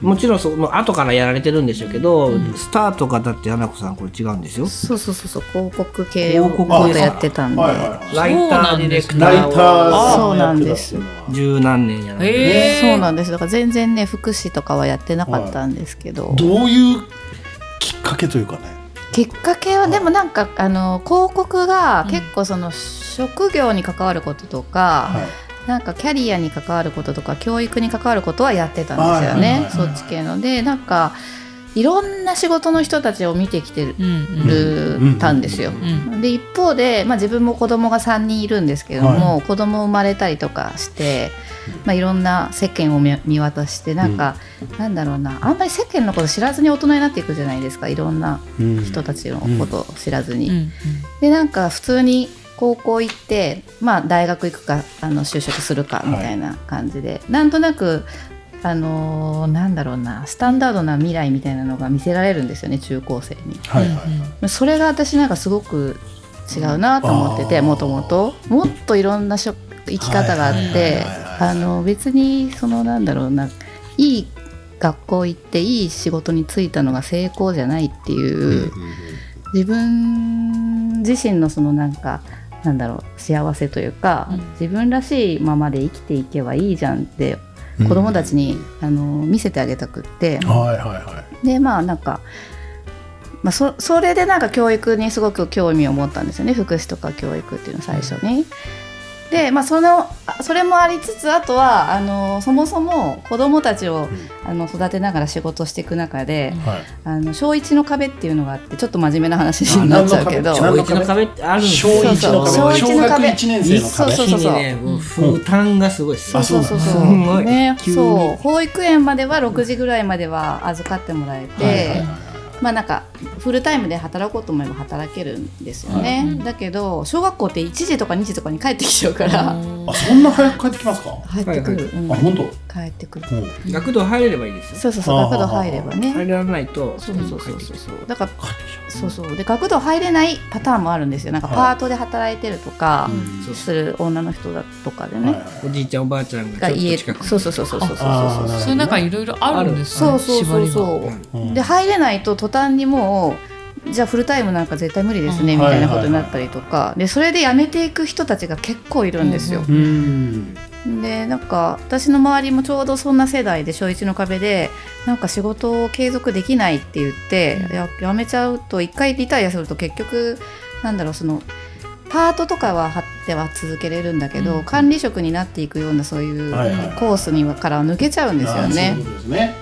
C: もちろんその後からやられてるんでしょうけど、スタートがだって花子さんこれ違うんですよ
F: そうそうそうそう広告系を
C: 広告
F: ことやってたんで
A: はいはいはい
C: ライターディレクタ
A: ライ
C: ー
A: タ
C: を
A: ー
F: そうなんです
A: よ
C: 十何年やられて
D: え
F: そう
D: ー
F: なんですだから全然ね福祉とかはやってなかったんですけど、
A: どういうきっかけというかね
F: きっかけはでもなんかあの広告が結構その職業に関わることとか、
A: はい
F: なんかキャリアに関わることとか教育に関わることはやってたんですよ
A: はいはい
F: ね、
A: はい
F: そっち系のでなんかいろんな仕事の人たちを見てきてる、
D: うん
F: たんですよ。
D: うん
F: で一方で、まあ、自分も子供が3人いるんですけども、子供生まれたりとかして、まあ、いろんな世間を見見渡してなんか、なんだろうなあんまり世間のこと知らずに大人になっていくじゃないですかいろんな
A: うん
F: 人たちのことを知らずに。
D: うんうん
F: でなんか普通に高校行って、まあ、大学行くかあの就職するかみたいな感じで、なんとなく、あのーなんだろうなスタンダードな未来みたいなのが見せられるんですよね中高生に。
A: はいはい
F: それが私なんかすごく違うなと思ってて
A: うん
F: もともともっといろんなしょ生き方があっ
A: はい
F: て
A: はいはいはい
F: あの別にそのなんだろうないい学校行っていい仕事に就いたのが成功じゃないっていう自分自身のそのなんかなんだろう幸せというか、
D: うん
F: 自分らしいままで生きていけばいいじゃんって子供たちに、あの見せてあげたくって。
A: はいはいはい
F: でまあなんか、まあ、そそれでなんか教育にすごく興味を持ったんですよね福祉とか教育っていうのを最初に。でまあ、そのあそれもありつつあとはあのそもそも子どもたちを、あの育てながら仕事していく中で、
A: はい
F: あの小1の壁っていうのがあってちょっと真面目な話になっちゃうけど
A: あ
C: 小
A: 何
C: 一の壁ってあるんです
A: 小
C: よ
A: 一の壁
F: そうそう
A: 小
F: 小一の
A: 学
F: 壁
A: 1年生の壁
F: そうそうそ
C: 一
F: う
C: 気にねもう負担がすごいです
F: そ
C: よ
F: うそうそうそ
C: あそうなんだすご
F: う
C: い
F: ね
C: 急に
F: そう保育園までは6時ぐらいまでは預かってもらえて、
A: はいはいはい
F: まあなんかフルタイムで働こうと思えば働けるんですよね、だけど小学校って1時とか2時とかに帰ってきちゃうから、
A: あそんな早く帰ってきますかあ
F: 帰ってくる、うん
A: 本当
F: 帰ってくる
A: うん
C: 学童入れればいいですよ
F: そうそうそう
A: あー
F: 学童入れば
C: 入
F: ね
C: らないと
F: そうそうそうそうそうだから
A: 帰ってきちゃ
F: そうそうで学童入れないパターンもあるんですよなんかパートで働いてるとか
A: うん
C: そう
F: する女の人だとかで
A: うはい
F: ね、
A: はいはい
C: おじいちゃんおばあちゃんが
F: が
C: ちょっと
F: 家
C: 近く
F: そうそうそうそうそうそう
A: あーなるほどね
D: そういうなんかいろいろあるんです
F: そうそうそう
D: う
F: そう
A: うん
F: で入れないと途端にもうじゃあフルタイムなんか絶対無理ですね、
A: うん
F: みたいなことになったりとか、でそれで辞めていく人たちが結構いるんですよ、
A: うん
F: でなんか私の周りもちょうどそんな世代で小1の壁でなんか仕事を継続できないって言って、
D: うん
F: ややめちゃうと一回リタイアすると結局なんだろうそのパートとかははっては続けれるんだけ
D: う
F: ど、
D: ん
F: 管理職になっていくようなそういう
A: はいはい
F: コースにはから抜けちゃうんですよね。
A: あーそういうことですね。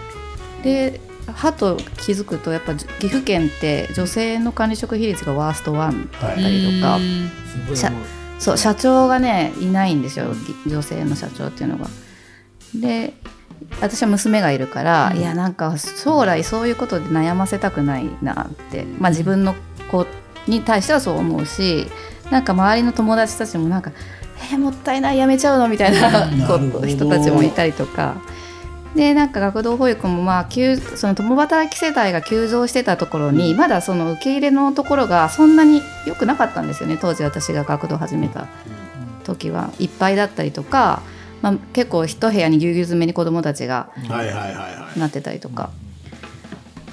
F: ではと気づくとやっぱ岐阜県って女性の管理職比率がワーストワン
A: は
D: う
A: い。
F: たりとか
D: ん
F: 社そう社長がねいないんですよぎ女性の社長っていうのが。で私は娘がいるから、
D: うん
F: いやなんか将来そういうことで悩ませたくないなって、まあ、自分の子に対してはそう思うしなんか周りの友達たちもなんか「えーもったいないやめちゃうの?」みたいな
A: な
F: こ
A: るほど
F: 人たちもいたりとか。でなんか学童保育もまあ急その共働き世帯が急増してたところにまだその受け入れのところがそんなに良くなかったんですよね当時私が学童始めた時はいっぱいだったりとか、まあ、結構一部屋にぎゅうぎゅう詰めに子どもたちが
A: はいはいはいは
F: なってたりとか。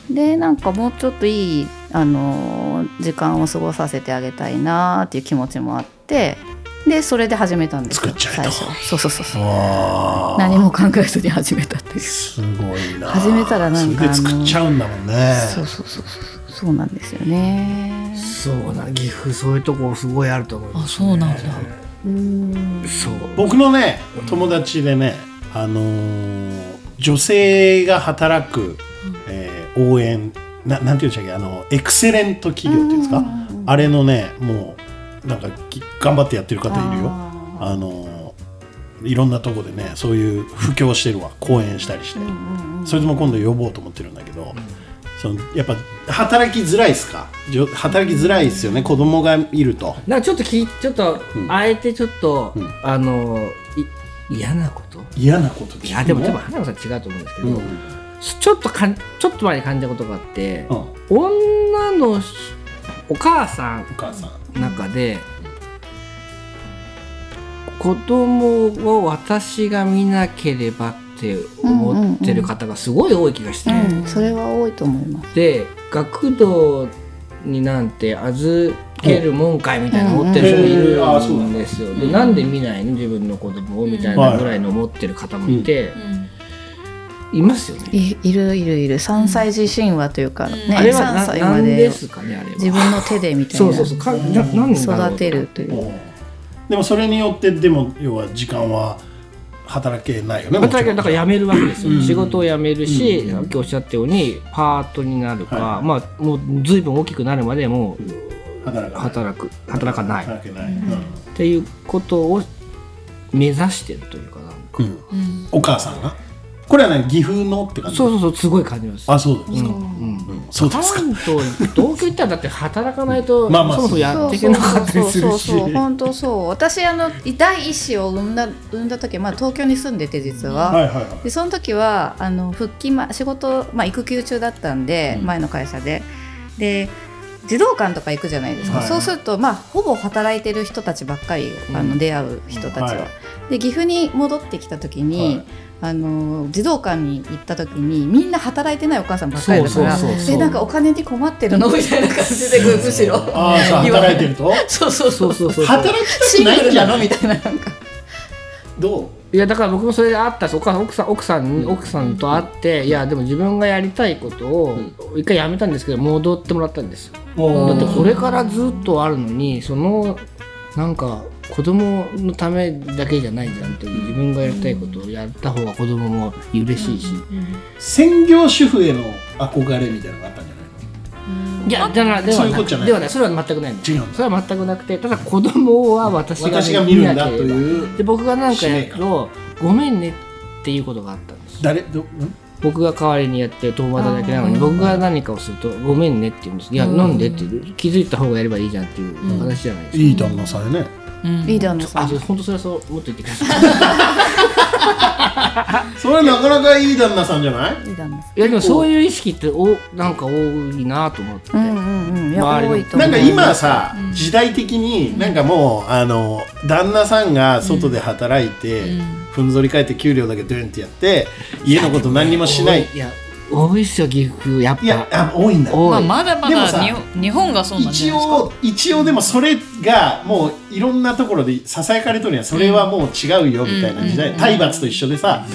F: でなんかもうちょっといい、あのー時間を過ごさせてあげたいなーっていう気持ちもあってでそれで始めたんですよ
A: 作っちゃえと
F: 最初そうそうそうそう
A: い。わあ。
F: 何も考えずに始めたっていう
A: すごいな。
F: 始めたらなん
A: そ
F: か
A: れで作っちゃうんだもんね。
F: そうそうそうそうそうなんですよね
C: そうな岐阜そういうとこすごいあると思いま
D: あ
C: す
D: そうなんだ
C: そう
A: 僕のね友達でね、あのー女性が働く、えー応援ななんていうんでしたっけあのエクセレント企業っていうんですか、あれのねもうなんかき頑張ってやってる方いるよあ
F: あ
A: のーいろんなとこでねそういう布教してるわ講演したりして、
F: ーうんうん
A: それとも今度呼ぼうと思ってるんだけど、そのやっぱ働きづらいですかじょ働きづらいですよね子供がいると。
C: なんかちょっときちょっと、
A: うん
C: あえてちょっと、
A: うん
C: あのい嫌なこと
A: 嫌なこと聞くの
C: いやでも多分花子さん違うと思うんですけど、
A: うん
C: ちょっとかんちょっと前に感じたことがあって、
A: うん、お
C: 女のしお母さん
A: 母さん
C: の中で、子供を私が見なければって思ってる方がすごい多い気がして、
F: うんそれは多いと思います
C: で学童になんて預けるもんかいみたいな思ってる人もい
A: うんへーあーそうな
C: る
A: ん
C: んですよ。でなんで見ないの自分の子供をみたいなぐらいの思ってる方もいて、いますよね。
F: いいるいるいる3歳児神話というか、ね、
C: あれは
F: 3
C: な
F: 歳
C: な
F: ま
C: ん
F: で
C: ですかねあれは。
F: 自分の手でみたい
C: そ
F: な
C: うそうそうかななんだろう
F: 育てるという
A: でもそれによってでも要は時間は働けないよね。
C: 働きはだから
A: や
C: 辞めるわけですよ、
A: うん
C: 仕事を辞めるし、
A: うん
C: さっきおっしゃったようにパートになるか、
A: は
C: まあもう随分大きくなるまでもう
A: 働かない
C: 働く働かないっ
A: 働けない、
C: ていうことを目指してるというかなんか
A: うんお母さんがこれはね岐阜のって感じ。
C: そうそうそうすごい感じます
A: あそうです
C: う
A: か。
C: んうん
A: うんそうで
C: 関
A: すか。
C: 東同居行ったらだって働かない と
A: まあまあ
C: そもそもやっていけなかったりするし
F: そうそうそうそう本当そう私あの第一子を産んだ産んだ時、まあ、東京に住んでて実は、
A: はいはいはい。
F: でその時はあの復帰、ま、仕事、まあ、育休中だったんで、
A: うん
F: 前の会社でで児童館とか行くじゃないですか、
A: はい
F: そうすると、まあ、ほぼ働いてる人たちばっかり、あの出会う人たちは、
A: はい
F: で岐阜に戻ってきた時に、
A: はい
F: あの児童館に行った時にみんな働いてないお母さんばっかりだから
C: そうそうそうそう
F: えなんかお金に困ってるのみたいな感じでむしろ
A: ああそう
F: 言わ
A: 働いてると
F: そうそうそう
C: そうそうそうそう
A: 働きた
F: シ
A: く
F: ング
A: ないん
F: ル
A: じ
F: な
A: ゃ
F: の
A: ん
F: みたいななんか
A: ど
C: いやだから僕もそれで会ったんですお母さん奥さん奥さんに奥さんと会っていやでも自分がやりたいことを一回やめたんですけど戻ってもらったんですよ
A: う。お
C: だ
A: ー
C: ってこれからずっとあるのにそのなんか子供のためだけじゃないじゃんという自分がやりたいことをやった方が子供も嬉しいし
A: 専業主婦への憧れみたいなのがあったんじゃないの？
C: いやだからでは
A: そういう
C: な
A: こと
C: く
A: じゃない
C: ではないそれは全くないの
A: 違うんだ
C: それは全くなくてただ子供は私が
A: 私が見るんだ
C: な
A: と
C: ければ
A: いう
C: で僕がなんかやるとごめんねっていうことがあったんです
A: 誰どん
C: 僕が代わりにやって友達だけなのに僕が何かをするとごめんねって言うんですいやなんでって気づいた方がやればいいじゃんっていう話じゃないですか
A: いい旦那さんやね。
F: リーダーのさ
C: あ
F: ん
C: そう本当それはそうもっと言ってください
A: それはなかなかいい旦那さんじゃない？
F: リーダーのさ
C: いやでもそういう意識っておなんか多いなと思って、
F: んうんうんうんいや
C: 周りの
F: 多いと思
A: な
F: うん
A: か今さ、時代的になんかもうあの旦那さんが外で働いて、ふんぞり返って給料だけドゥンってやって家のこと何にもしない
C: いや多いっすよ岐阜やっ
A: いや
C: ぱ
A: あ多いんだ
C: 多
D: まあ、
C: い
D: まだま
A: でも
D: だ
A: さ
D: に日本がそうなんじ
A: 一
D: ゃないですか
A: 応一応でもそれがもういろんなところでささやかれとるやんそれはもう違うよみたいな時代、
D: うん
A: 体罰と一緒でさ、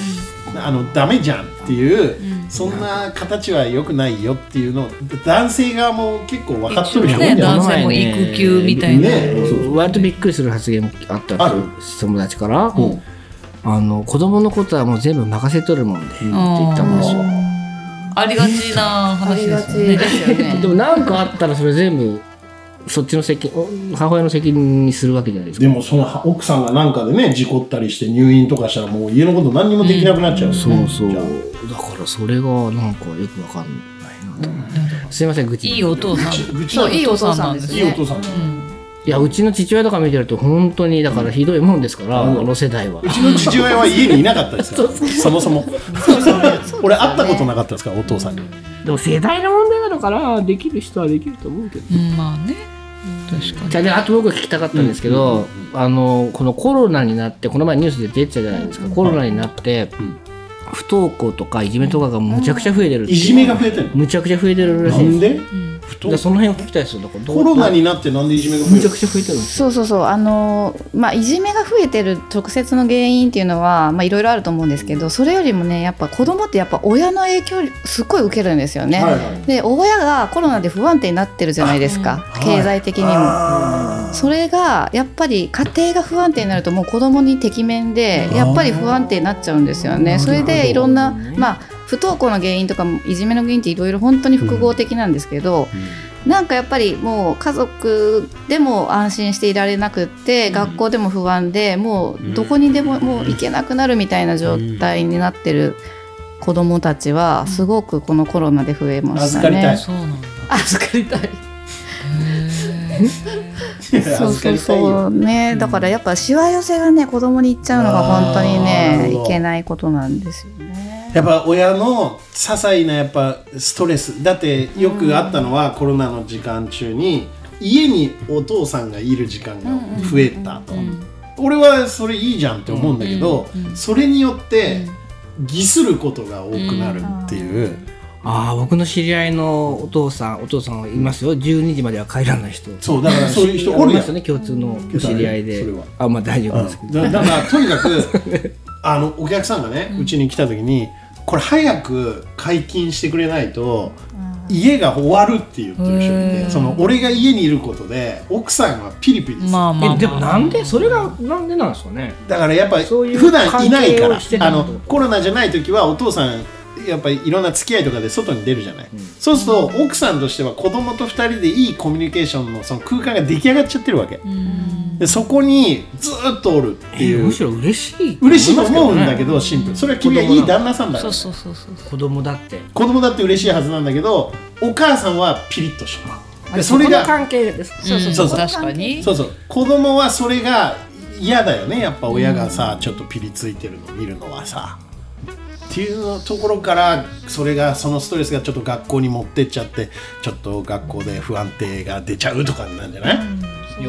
A: あのダメじゃんっていう、
D: うん
A: そんな形は良くないよっていうのを男性側も結構分かっとる人多いんじ
D: 一
A: ゃ
D: 応
A: ない
D: ね男性も育休みたいな
A: ねそうそう
C: 割とびっくりする発言もあった
A: ある
C: 友達から、
A: うん
C: あの子供のことはもう全部任せとるもんで、って言ったんですよ、
D: ありがちな話ですよね
F: すよね
C: でも何かあったらそれ全部そっちの責任母親の責任にするわけじゃないですか
A: でもその奥さんがなんかでね事故ったりして入院とかしたらもう家のこと何にもできなくなっちゃう、
C: そうそう
A: じゃ
C: だ
A: あ
C: からそれがなんかよくわかんないなと思ってすいません愚痴
D: いいお父さん
A: 愚痴
F: もう
A: だ
F: いいお父さんです
A: いいお
F: ね
A: 父さんだ
C: いやうちの父親とか見てると本当にだからひどいもんですから、
A: うん
C: この世代は
A: うちの父親は家にいなかったですよ そもそも俺会ったことなかったですからお父さんに
C: でも世代の問題なのかなできる人はできると思うけど
D: うんまあね確かに
C: じゃあであと僕聞きたかったんですけど、あのこのコロナになってこの前ニュースで出てたじゃないですか、コロナになって、
A: ん
C: 不登校とかいじめとかがむちゃくちゃ増えてるって
A: いうじめが増えてる
C: むちゃくちゃ増えてるら
A: な
C: しい
A: ん
C: です
A: で不
C: だから
A: 登
C: その辺を聞きたいですよだからどう
A: コロナになってなんでいじめが増え
C: むち
A: て
C: ゃ
A: る
C: くちゃ増えてるんです
F: そうそうそうあのまあいじめが増えてる直接の原因っていうのはまあいろいろあると思うんですけどそれよりもねやっぱ子供ってやっぱ親の影響すっごい受けるんですよね、
A: はいはい
F: で親がコロナで不安定になってるじゃないですか、
A: うん
F: 経済的にも、
A: あ
F: それがやっぱり家庭が不安定になるともう子供にてきめんで
A: あー
F: やっぱり不安定になっちゃうんですよね。それでいろんな、まあ、不登校の原因とかもいじめの原因っていろいろ本当に複合的なんですけど、なんかやっぱりもう家族でも安心していられなくって、学校でも不安でもうどこにでももう行けなくなるみたいな状態になってる子供たちはすごくこのコロナで増えました
A: 預か
F: ね。
A: りたい
D: そうなんだ
F: 預かりたい
A: ー
F: そ
A: 預
F: う
A: か
F: そう
A: りたいよ
F: そうね、だからやっぱしわ寄せがね子供に行っちゃうのが本当に
A: あーなる
F: ね
A: ほど
F: いけないことなんですよね。
A: やっぱ親の些細なやっぱストレスだってよくあったのはコロナの時間中に家にお父さんがいる時間が増えたと、俺はそれいいじゃんって思うんだけど、それによって偽することが多くなるっていう、
C: ああ僕の知り合いのお父さんお父さんいますよ12時までは帰らない人
A: そうだからそういう人おる
C: いま
A: やん
C: すよね共通のお知り合いで
A: それは
C: あまあ大丈夫ですけど、
A: だだ からとにかくあのお客さんがねうちに来た時にこれ早く解禁してくれないと家が終わるって言ってる人いてその俺が家にいることで奥さんはピリピリする、
D: まあまあまあ
C: えでもなんでそれがなんでなんですかね
A: だからやっぱり
C: そういう
A: 普段いないか
C: 関係
A: ら
C: をしてない
A: あ
C: と
A: のコロナじゃない時はお父さんやっぱりいろんな付き合いとかで外に出るじゃない、そうすると奥さんとしては子供と2人でいいコミュニケーションのその空間が出来上がっちゃってるわけ、でそこにずーっとおるって
C: え
A: いう、
C: むしろ嬉しい
A: 嬉しいと思うんだけ
C: ど
A: どシンプルそれは君はいい旦那さんだか
D: そ
A: ら
D: うそうそうそう
C: 子供だって
A: 子供だって嬉しいはずなんだけどお母さんはピリッとし
C: あ
A: たでそれ
C: この
A: が
C: 関係です
D: そうそう
A: そ
D: そうう
A: そう
D: 確かに
A: そうそう子供はそれが嫌だよねやっぱ親がさ、ちょっとピリついてるの見るのはさっていうところからそれがそのストレスがちょっと学校に持ってっちゃってちょっと学校で不安定が出ちゃうとかになるんじゃない、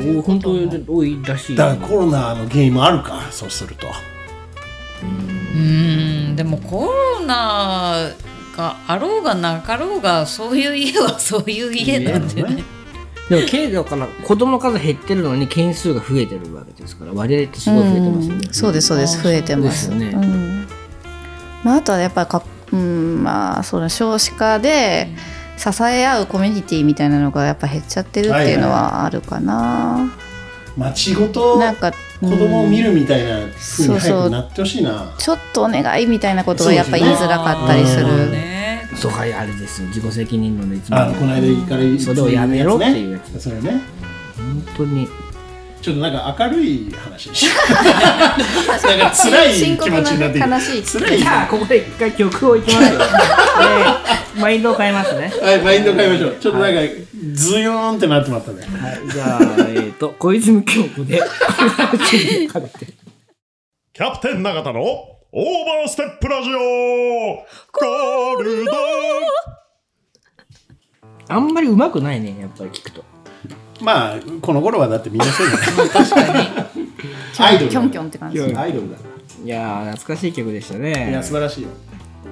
C: いやお本当に多いらしい
A: だからコロナの原因もあるかそうすると
D: うんでもコロナがあろうがなかろうがそういう家はそういう家なんでね
C: でも経度から子供の数減ってるのに件数が増えてるわけですから割合ってすごい増えてますよね、
F: うんそうですそうです増えてます。
C: そうですよ
F: う
C: ね
F: んまああとはやっぱりかうんまあその少子化で支え合うコミュニティみたいなのがやっぱ減っちゃってるっていうのはあるかな。
A: 街ごと
F: なんか
A: 子供を見るみたいな
F: そ
A: ふ
F: う
A: うに
F: そう
A: 早くなってほしいな。
F: ちょっとお願いみたいなことがやっぱ言いづらかったりする。
A: そうです
F: うん
D: ね
C: そうはいあれですよ自己責任論でいつも
A: あこの間から言
C: それをやめろっていうやつ
A: ね。それね。
C: 本当に
A: ちょっとなんか明るい話。 なんか辛い気持ちになってき
F: 深刻
A: た
F: 悲しい。
A: 辛い。
C: じゃあ
A: は
C: ここで一回曲をいきますよでマインドを変えますね
A: い、マインド変えましょう。ちょっとなんかズヨーンってなってまったね。
C: はいじゃあえっ、と小泉京子で
E: キャプテン永田のオーバーステップラジオゴールド
C: あんまりうまくないねやっぱり聞くと
A: まあこの頃はだってみんなそうじゃない。 アイドルだ。
F: キョンキョンって感じ。
A: アイドルだ。い
C: いやー懐かしい曲でしたね
A: や素晴らしいよ。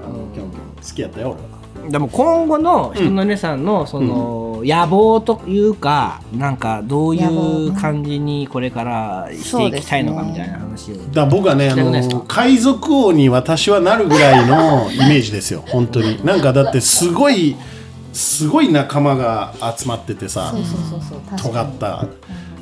A: あのキョンキョン好きやったよ俺は。
C: でも今後の人の姉さんのその野望というかなんかどうい
F: 野望
C: う
F: ね
C: 感じにこれからしていきたいのかみたいな話
A: だ
C: を
A: から僕はねあ
C: 聞きたくないです
A: の
C: か
A: 海賊王に私はなるぐらいのイメージですよ 本当になんかだってすごいすごい仲間が集まっててさ
F: そうそうそうそう確
A: 尖
F: か
A: った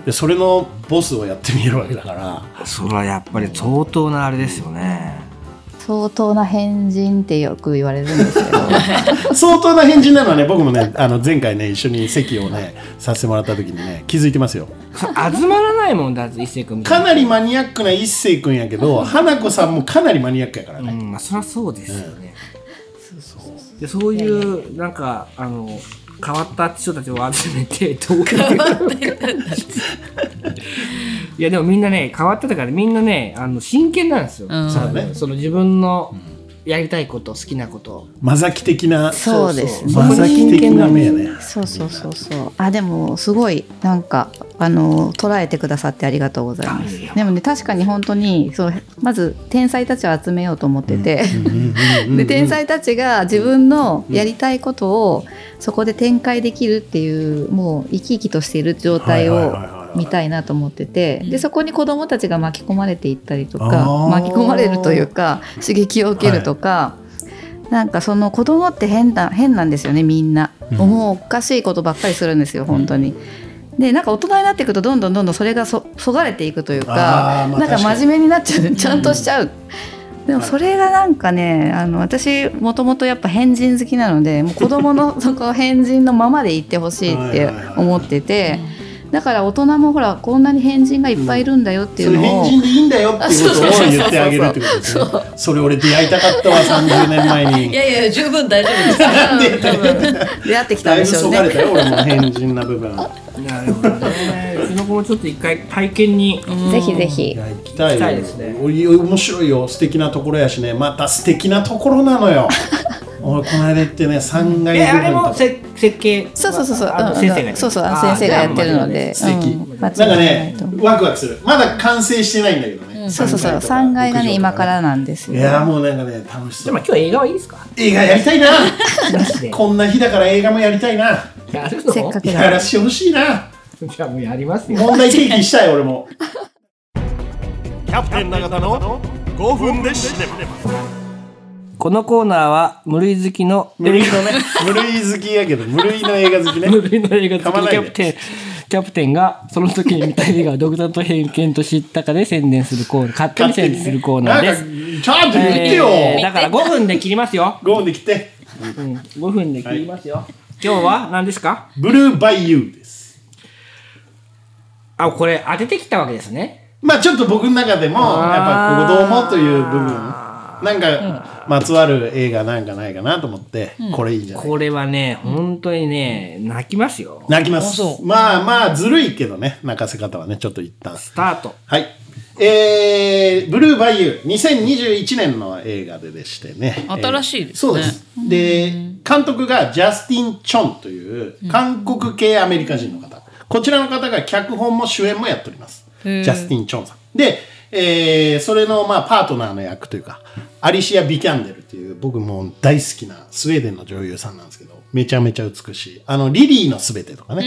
A: でそれのボスをやってみるわけだから
C: それはやっぱり相当なあれですよね
F: に相当な変人ってよく言われるんです けど
A: 相当な変人なのはね僕もねあの前回ね一緒に席をねさせてもらった時にね気づいてますよ
C: そあずまらないもんだって一星君みたい
A: かなりマニアックな一星君やけど花子さんもかなりマニアックやから
C: な
A: ね、
C: うんまあそりゃそうですよね、でそういうなんかあの変わった人たちを集めて どういやでもみんなね変わっただからみんなねあの真剣なんですよ、
D: うん
A: そうだね
C: その自分のやりたいこと好きなこと
A: マザキ的な
F: そうですね
A: マザキ的な目やね
F: そうそうそうそうあでもすごいなんかあの捉えてくださってありがとうございますでもね確かに本当にそうまず天才たちを集めようと思ってて、で天才たちが自分のやりたいことをそこで展開できるっていうもう生き生きとしている状態
A: はいはい
F: を
A: はいはいはい
F: 見たいなと思っててでそこに子どもたちが巻き込まれていったりとか
A: あー
F: 巻き込まれるというか刺激を受けるとか、なんかその子どもって変な変なんですよねみんな、
A: うん
F: もうおかしいことばっかりするんですよ本当に。でなんか大人になっていくとどんどんどんどんそれがそそがれていくという
A: あ
F: か
A: ーまあ
F: なんか
A: 確かに
F: 真面目になっちゃうちゃんとしちゃう。でもそれがなんかねあの私もともとやっぱ変人好きなのでもう子供のそこ変人のままでいってほしいって思っててだから大人もほらこんなに変人がいっぱいいるんだよってい
A: そうれ
F: の
A: 変
F: を
A: 人でいいんだよっていうことを言ってあげるってことですねそれ俺出会いたかったわ30年前
D: い
A: に
D: やいや十分大丈夫です。
A: なんでだ
F: 出会ってきたん
A: い
F: で
A: ぶ
F: しょ
A: そ
F: う
A: がれ
F: ね。
A: たよ俺も変人な部分
C: なるほどねうちの子もちょっと一回体験に
F: ぜひぜひ
A: いや行きたい
C: 行き
A: よ
C: たいですね
A: おい面白いよ素敵なところやしねまた素敵なところなのよ俺この間行ってね3階
C: えあれ
A: 部分
C: も
A: とか
C: せ設計
F: そうそうそうそう、
C: あの
F: うん
C: 先生が
F: そうそう、あの先生がやってるので、
A: 素敵、
F: うん
A: なん
F: 間
A: か
F: 違いない
A: ね
F: と思う
A: ワクワクするまだ完成してないんだけどね、
F: そうそうそう、
A: 3と
F: 三階がね、
A: 屋上
F: 今
A: と
F: からなんです
A: い
F: よ。
A: やもうなんかね楽し
C: で
A: そ
C: も
A: う
C: 今日映画はいいですか
A: 映画やりたいな
C: なしで
A: こんな日だから映画もやりたいな
C: やるの
F: せっかくだ
A: や
F: からら。
A: してほしいな
C: じゃあもうやりますよ
A: 問題提起したい俺も
G: キャプテン永田の5分でシネマ
C: このコーナーは 無類好きの
A: 無類のね無類好きやけど無類の映画好きね
C: 無類の映画
A: 噛ま
C: 好き
A: ないで
C: キャプテンキャプテンがその時に見た映画を独断と偏見と知ったかで宣伝するコーナー勝手に宣伝するコーナーです、
A: なんかちゃんと言ってよ、
C: えーだから5分で切りますよ、
A: ゴーンで来て
C: うん、5分で切りますよ、今日は何ですか
A: ブルーバイユーです
C: あこれ当ててきたわけですね
A: まあちょっと僕の中でもやっぱ子供という部分なんかまつわる映画なんかないかなと思って、これいいんじゃない
C: これはね本当にね泣きますよ
A: 泣きます
D: そ
A: まあまあずるいけどね泣かせ方はねちょっと一旦
C: スタート
A: はいえー、ブルーバイユー2021年の映画ででしてね
D: 新しいですね
A: そうですで監督がジャスティン・チョンという韓国系アメリカ人の方、こちらの方が脚本も主演もやっておりますジャスティン・チョンさんで、えーそれのまあパートナーの役というかアリシア・ビキャンデルという僕も大好きなスウェーデンの女優さんなんですけどめちゃめちゃ美しいあのリリーのすべてとかね、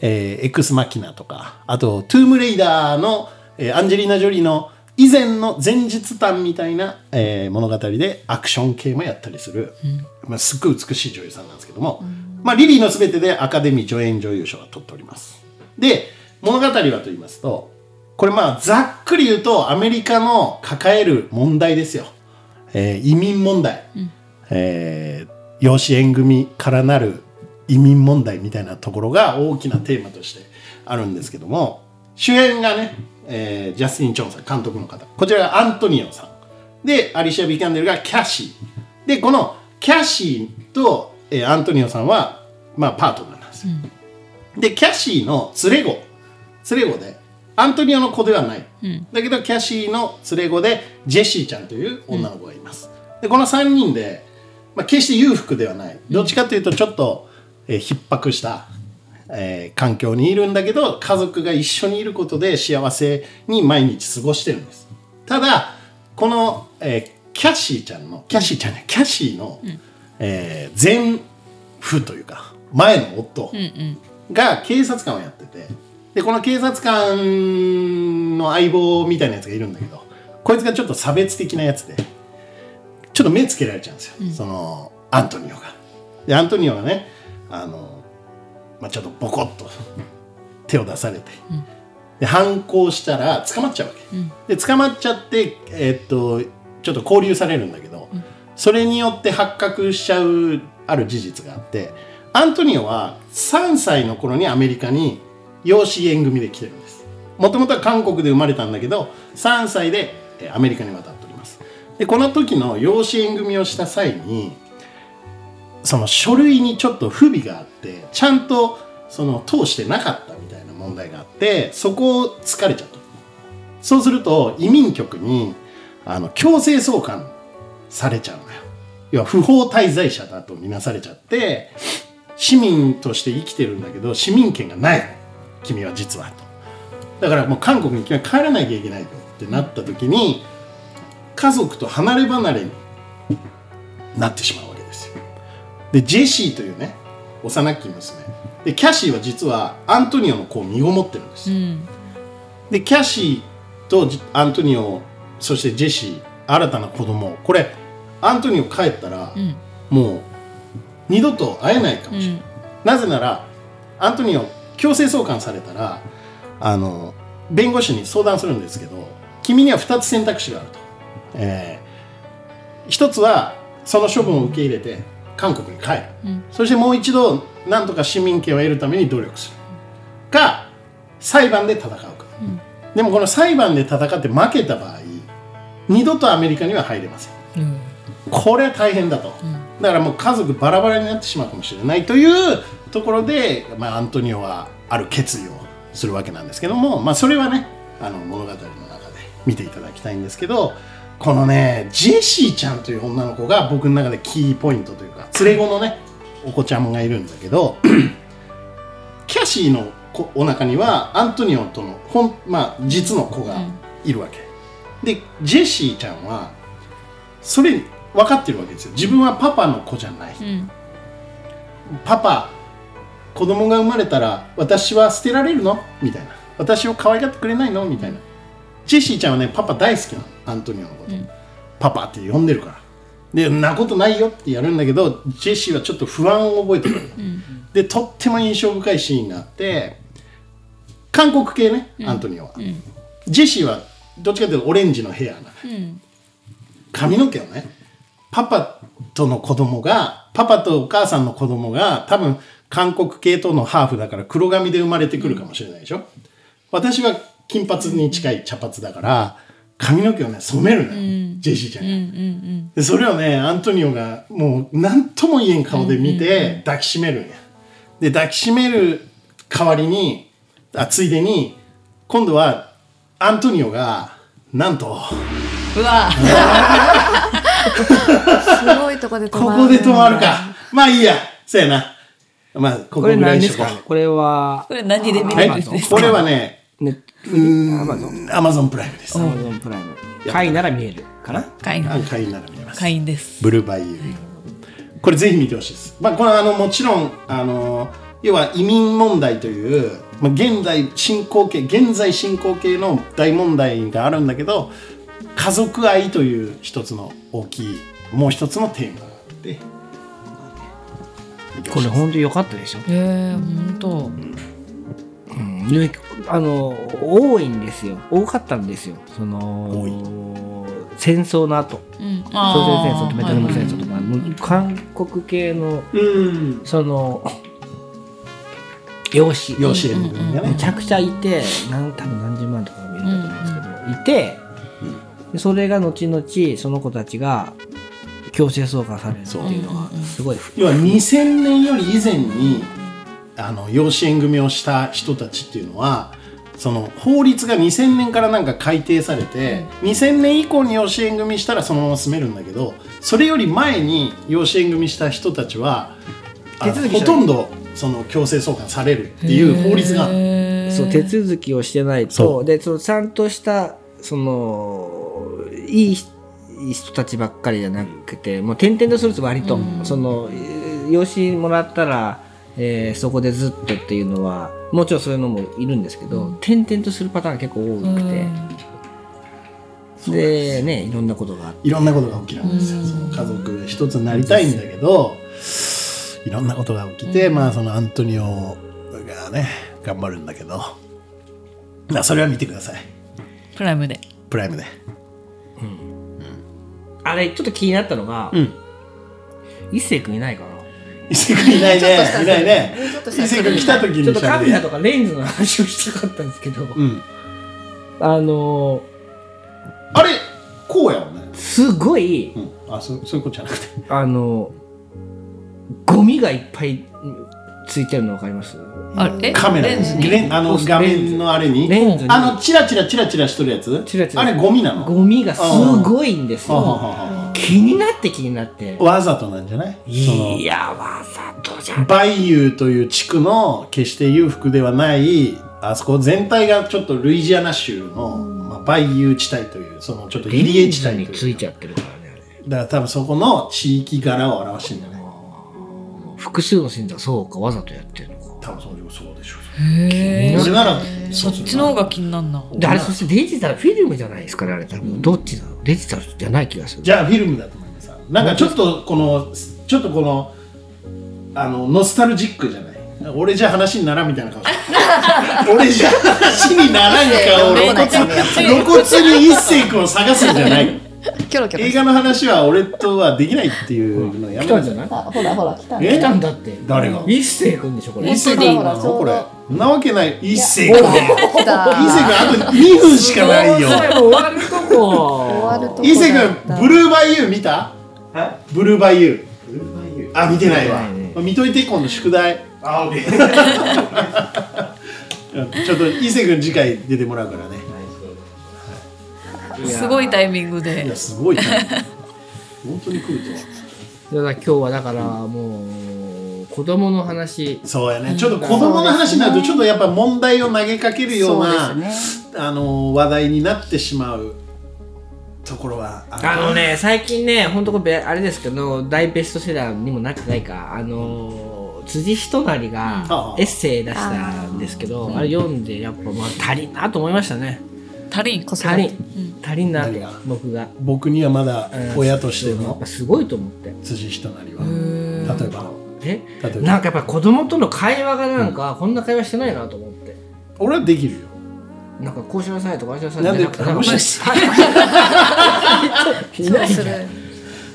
A: えーエクス・マキナとかあとトゥームレイダーの、えーアンジェリーナ・ジョリーの以前の前日譚みたいな、えー物語でアクション系もやったりする、まあ、すっごい美しい女優さんなんですけども、まあ、リリーのすべてでアカデミー助演女優賞は取っておりますで物語はと言いますとこれまあざっくり言うとアメリカの抱える問題ですよ、えー移民問題、えー養子縁組からなる移民問題みたいなところが大きなテーマとしてあるんですけども主演がね、えージャスティン・チョンさん監督の方こちらがアントニオさんでアリシア・ビキャンデルがキャシーでこのキャシーと、えーアントニオさんは、まあ、パートナーなんですよ、でキャシーの連れ子連れ子でアントニオの子ではない、だけどキャシーの連れ子でジェシーちゃんという女の子がいます、でこの3人で、まあ、決して裕福ではないどっちかというとちょっと、えー逼迫した、えー環境にいるんだけど家族が一緒にいることで幸せに毎日過ごしてるんですただこの、えーキャシーちゃんのキャシーちゃんねキャシーの、えー前夫というか前の夫が警察官をやっててでこの警察官の相棒みたいなやつがいるんだけどこいつがちょっと差別的なやつでちょっと目つけられちゃうんですよ、そのアントニオが。でアントニオがねあの、まあ、ちょっとボコッと手を出されて。で反抗したら捕まっちゃうわけ、で捕まっちゃって、えーっとちょっと拘留されるんだけど、それによって発覚しちゃうある事実があってアントニオは3歳の頃にアメリカに養子縁組で来てるんですもともとは韓国で生まれたんだけど3歳でえーアメリカに渡っておりますでこの時の養子縁組をした際にその書類にちょっと不備があってちゃんとその通してなかったみたいな問題があってそこを疲れちゃったそうすると移民局にあの強制送還されちゃうのよ要は不法滞在者だと見なされちゃって市民として生きてるんだけど市民権がない君は実はとだからもう韓国に君は帰らなきゃいけないよってなった時に家族と離れ離れになってしまうわけですよでジェシーというね幼き娘でキャシーは実はアントニオの子を身ごもってるんですよ、でキャシーとジアントニオそしてジェシー新たな子供これアントニオ帰ったら、もう二度と会えないかもしれない、なぜならアントニオ強制送還されたらあの弁護士に相談するんですけど君には2つ選択肢があると、えー一つはその処分を受け入れて韓国に帰る、そしてもう一度なんとか市民権を得るために努力するか裁判で戦うか、でもこの裁判で戦って負けた場合二度とアメリカには入れません、これは大変だと、だからもう家族バラバラになってしまうかもしれないというところで、まあ、アントニオはある決意をするわけなんですけども、まあ、それはねあの物語の中で見ていただきたいんですけどこのねジェシーちゃんという女の子が僕の中でキーポイントというか連れ子のねお子ちゃんがいるんだけどキャシーの子お腹にはアントニオとのほん、まあ、実の子がいるわけ、でジェシーちゃんはそれ分かってるわけですよ自分はパパの子じゃない、パパ子供が生まれたら私は捨てられるのみたいな私を可愛がってくれないのみたいなジェシーちゃんはねパパ大好きなのアントニオのこと、パパって呼んでるからで「んなことないよ」ってやるんだけどジェシーはちょっと不安を覚えてくる、でとっても印象深いシーンがあって韓国系ねアントニオは、ジェシーはどっちかというとオレンジのヘアな、髪の毛をねパパとの子供がパパとお母さんの子供が多分韓国系統のハーフだから黒髪で生まれてくるかもしれないでしょ、私は金髪に近い茶髪だから髪の毛をね染めるのよ、ジェシーちゃんが、でそれをねアントニオがもう何とも言えん顔で見て抱きしめるんやで抱きしめる代わりにあついでに今度はアントニオがなんと
D: うわ
F: すごいとこで止
A: こ
F: まる
A: こで止まるかまあいいやそやなまあここ
C: こ
A: ぐ
C: れ
A: らいに
C: 何で
A: し
C: す
A: と
C: か
A: こう
C: これは
D: こ、れ何で見
A: は
D: れ
A: い
D: るんですか
A: これはね
C: ね、
A: アマゾンプライムです、
C: アマゾンプライム。会員なら見えるかな
D: 会員
A: あ会員なら見れます
D: 会員です
A: ブルーバイユー、これぜひ見てほしいです、まあ、これはあのもちろんあの要は移民問題という、まあ、現在進行形現在進行形の大問題があるんだけど家族愛という一つの大きいもう一つのテーマがあって、
C: これ本当良かったでしょ。
D: へえ本当
C: うんであの、多いんですよ。多かったんですよ。そ
A: 多
C: の、戦争の後。
D: うん
C: 朝鮮戦
D: あ
C: 争とベトナム戦争とか、もう韓国系の、
A: うん
C: その、養子。
A: 養子縁組が
C: め
A: ね
C: ちゃくちゃいて、なん多分何十万とかもいるんだと思うんですけど、いて、でそれが後々その子たちが強制送還されるっていうのはすごい
A: 要は2000年より以前にあの養子縁組をした人たちっていうのはその法律が2000年からなんか改定されて、2000年以降に養子縁組したらそのまま住めるんだけどそれより前に養子縁組した人たちはあの
C: 手続き
A: ほ
C: しない
A: とんどその強制送還されるっていう法律がある
C: そう手続きをしてない
A: そ
C: とでそのちゃんとしたそのいい人たちばっかりじゃなくてもう転々とするんです割と、そのえー養子もらったら、えーそこでずっとっていうのはもちろんそういうのもいるんですけど、転々とするパターンが結構多くて、でねいろんなことがあって
A: いろんなことが起きるんですよ。その家族が一つになりたいんだけど、いろんなことが起きて、まあそのアントニオがね、頑張るんだけど、まあそれは見てください。
D: プライムで
A: プライムで。
C: あれちょっと気になったのが、
A: ん
C: 一星君いないかな
A: 伊勢君いないね。いないね
F: ちょっ。と
A: 伊
F: し
A: 勢
F: たら
A: 君来た時に
C: ちょっとカメラ
A: 喋る。
C: とかレンズの話をしたかったんですけど、
A: うん。
C: あのー
A: あれこうやもんね。
C: すごい
A: うん。あ、そうそういうことじゃなくて。
C: あのゴミがいっぱいついてるの分かります
D: あえ
A: カメラ
D: レンズに
A: レンあの画面のあれに
C: レンズに
A: あのチラチラチラチラしとるやつ
C: チラチラ
A: あれゴミなの
C: ゴミがすごいんです
A: はあは
C: よ
A: あは
C: 気になって気になって
A: あわざとなんじゃないその
C: いやわざとじゃん
A: バイユーという地区の決して裕福ではないあそこ全体がちょっとルイジアナ州の、まあ、バイユー地帯というそのちょっと入り江地帯
C: に
A: と
C: つ
A: いう
C: いちゃってるからねあれ
A: だから多分そこの地域柄を表してんだね
C: 複数の信者そうかわざとやってるのか
A: 多分そうそうでしょ
D: へ
A: う
D: ー
A: 俺なら
D: そっちの方が気になるな
C: であれそしてデジタルフィルムじゃないですからあれ多分どっちだろうデジタルじゃない気がする
A: じゃあフィルムだと思いますなんかちょっとこのちょっとこのあのノスタルジックじゃない俺じゃ話にならんみたいな顔して俺じゃ話にならん顔を露骨露骨に一星君を探すんじゃない
F: キョロキョロ
A: 映
F: して
A: 画の話は俺とはできないっていうのや
C: 来
A: めな
C: た
A: さ
C: んじ
A: い
C: ゃない
F: あほらほら来たね
A: え
C: 来たんだって
A: 誰が
C: 一星君でしょこれ
A: 一星君なのこれそんなわけない一星君一星
F: 来た
A: 君あと2分しかないよ
C: 終わるとこ
F: 終わるとこ
A: 伊勢
F: だっ
A: 君
F: た
A: ブルーバイユー見たブルーバイユーあ見てないわ
C: 見てない
A: 見といて今度宿題あ ちょっと伊勢君次回出てもらうからね
D: すごいタイミング
A: いや
D: です
A: ごいね本当に来ると
C: だから今日はだからもう子供の話
A: そうやねちょっと子供の話になるとちょっとやっぱ問題を投げかけるような
F: そうです
A: あの話題になってしまうところはある
C: あのね最近ね本当これあれですけど大ベストセラーにもなってないかあのー辻仁成が
A: あ
C: エッセイ出したんですけどあれ読んでやっぱまあ足りんなと思いましたね
D: 足りん
F: 子育
C: 足り
F: て
C: ん足りんなと
A: 何が
C: 僕が
A: 僕にはまだ親として
C: やっ
A: の
C: ぱすごいと思って
A: 辻人なりは例えば
C: え
A: 例えば
C: なんかやっぱ子供との会話がなんかこんな会話してないなと思って
A: 俺はできるよ
C: なんかこうしなさいとかああしなさい
A: なんで
C: じゃなくてなんか
A: も し
F: どうする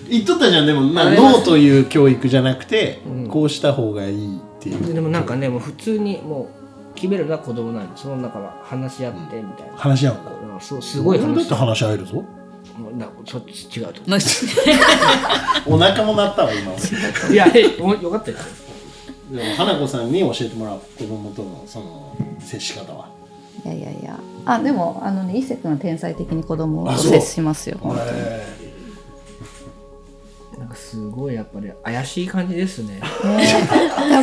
A: 言っとったじゃんでもな脳という教育じゃなくて、こうした方がいいっていう
C: でもなんかねもう普通にもう決めるのは子供なんでその中から話し合ってみたいな、
A: 話し合うんだ
C: うんそうす ごい
A: 俺だ
C: 話
A: って話し合えるぞ
C: もうなんかそっち違うと思
D: の
A: お腹も鳴ったわ今俺
C: ういやえおよかったよ
A: でも花子さんに教えてもらう子供とのその接し方はい
F: やいやいやあでもあのね伊勢君は天才的に子供を
A: あそう
F: 接しますよ
C: なんかすごいやっぱり怪しい感じですね
F: いや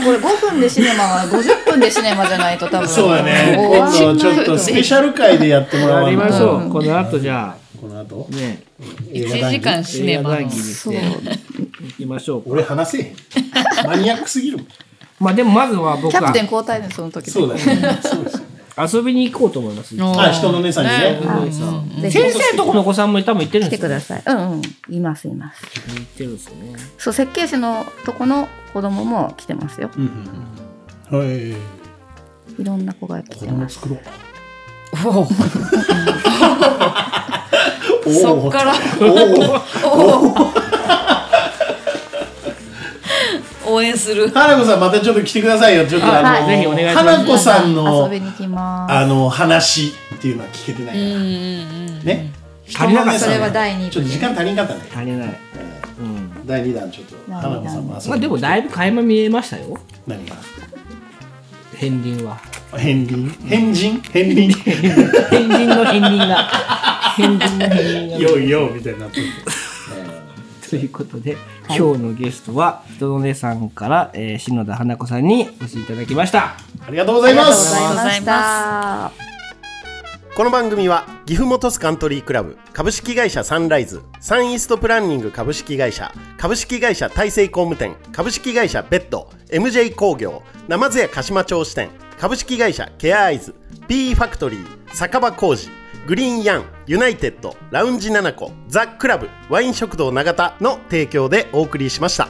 F: これ5分でシネマは50分でシネマじゃないと多分
A: そうやね
F: 終わ
A: 今
F: んない
A: 度ちょっとスペシャル回でやってもらわんと
C: うこの後じゃ
A: この後
C: あね
A: 映画
D: 1時間
A: 談義
D: シネマの
C: にして行きましょう
A: 俺話せへ んマニアックすぎるもん
C: まあでもまずは僕
F: キャプ
C: は
F: テン交代のその時
A: そうだよねそうですよね
C: 遊びに行こうと思います先
A: あ人の姉さんにね
F: あうんぜひ
C: 生とこのお子さんも多分行ってるん
F: 来
C: で
F: て
C: すよ
F: くださいうんうんいますいます
C: 行ってるんですよね
F: そう設計士のとこの子供も来てますよ
A: はい
F: いろんな子が来
A: 子
F: て
A: 供
F: ます
A: 作ろう
D: そっからおお応援する
A: 花子さんまたちょっと来てくださいよちょっとあの、
C: はいぜひお願いします
A: 花子さんの
F: 遊びに来ます
A: あの話っていうのは聞けてないからね
C: 足りなかった
A: 人の
F: それは第二部
A: ちょっと時間足りんかったね
C: 足りないうん
A: 第二弾ちょっと花子さんも遊び
C: まあでもだいぶ垣間見えましたよ
A: 何が
C: 片鱗は
A: 片鱗変人変鱗
C: 片鱗の片鱗が片鱗の片鱗が
A: よいよみたいになってる
C: ということで、今日のゲストは人の姉さんから、えー、篠田花子さんにお越しいただきました
A: ありがとうございます
F: ありがとうございました
G: この番組は岐阜本スカントリークラブ株式会社サンライズサンイーストプランニング株式会社株式会社大成工務店株式会社ベッド MJ 工業生津屋鹿島町支店株式会社ケアアイズ P ファクトリー酒場工事グリーンヤンユナイテッドラウンジナナコザ・クラブワイン食堂永田の提供でお送りしました。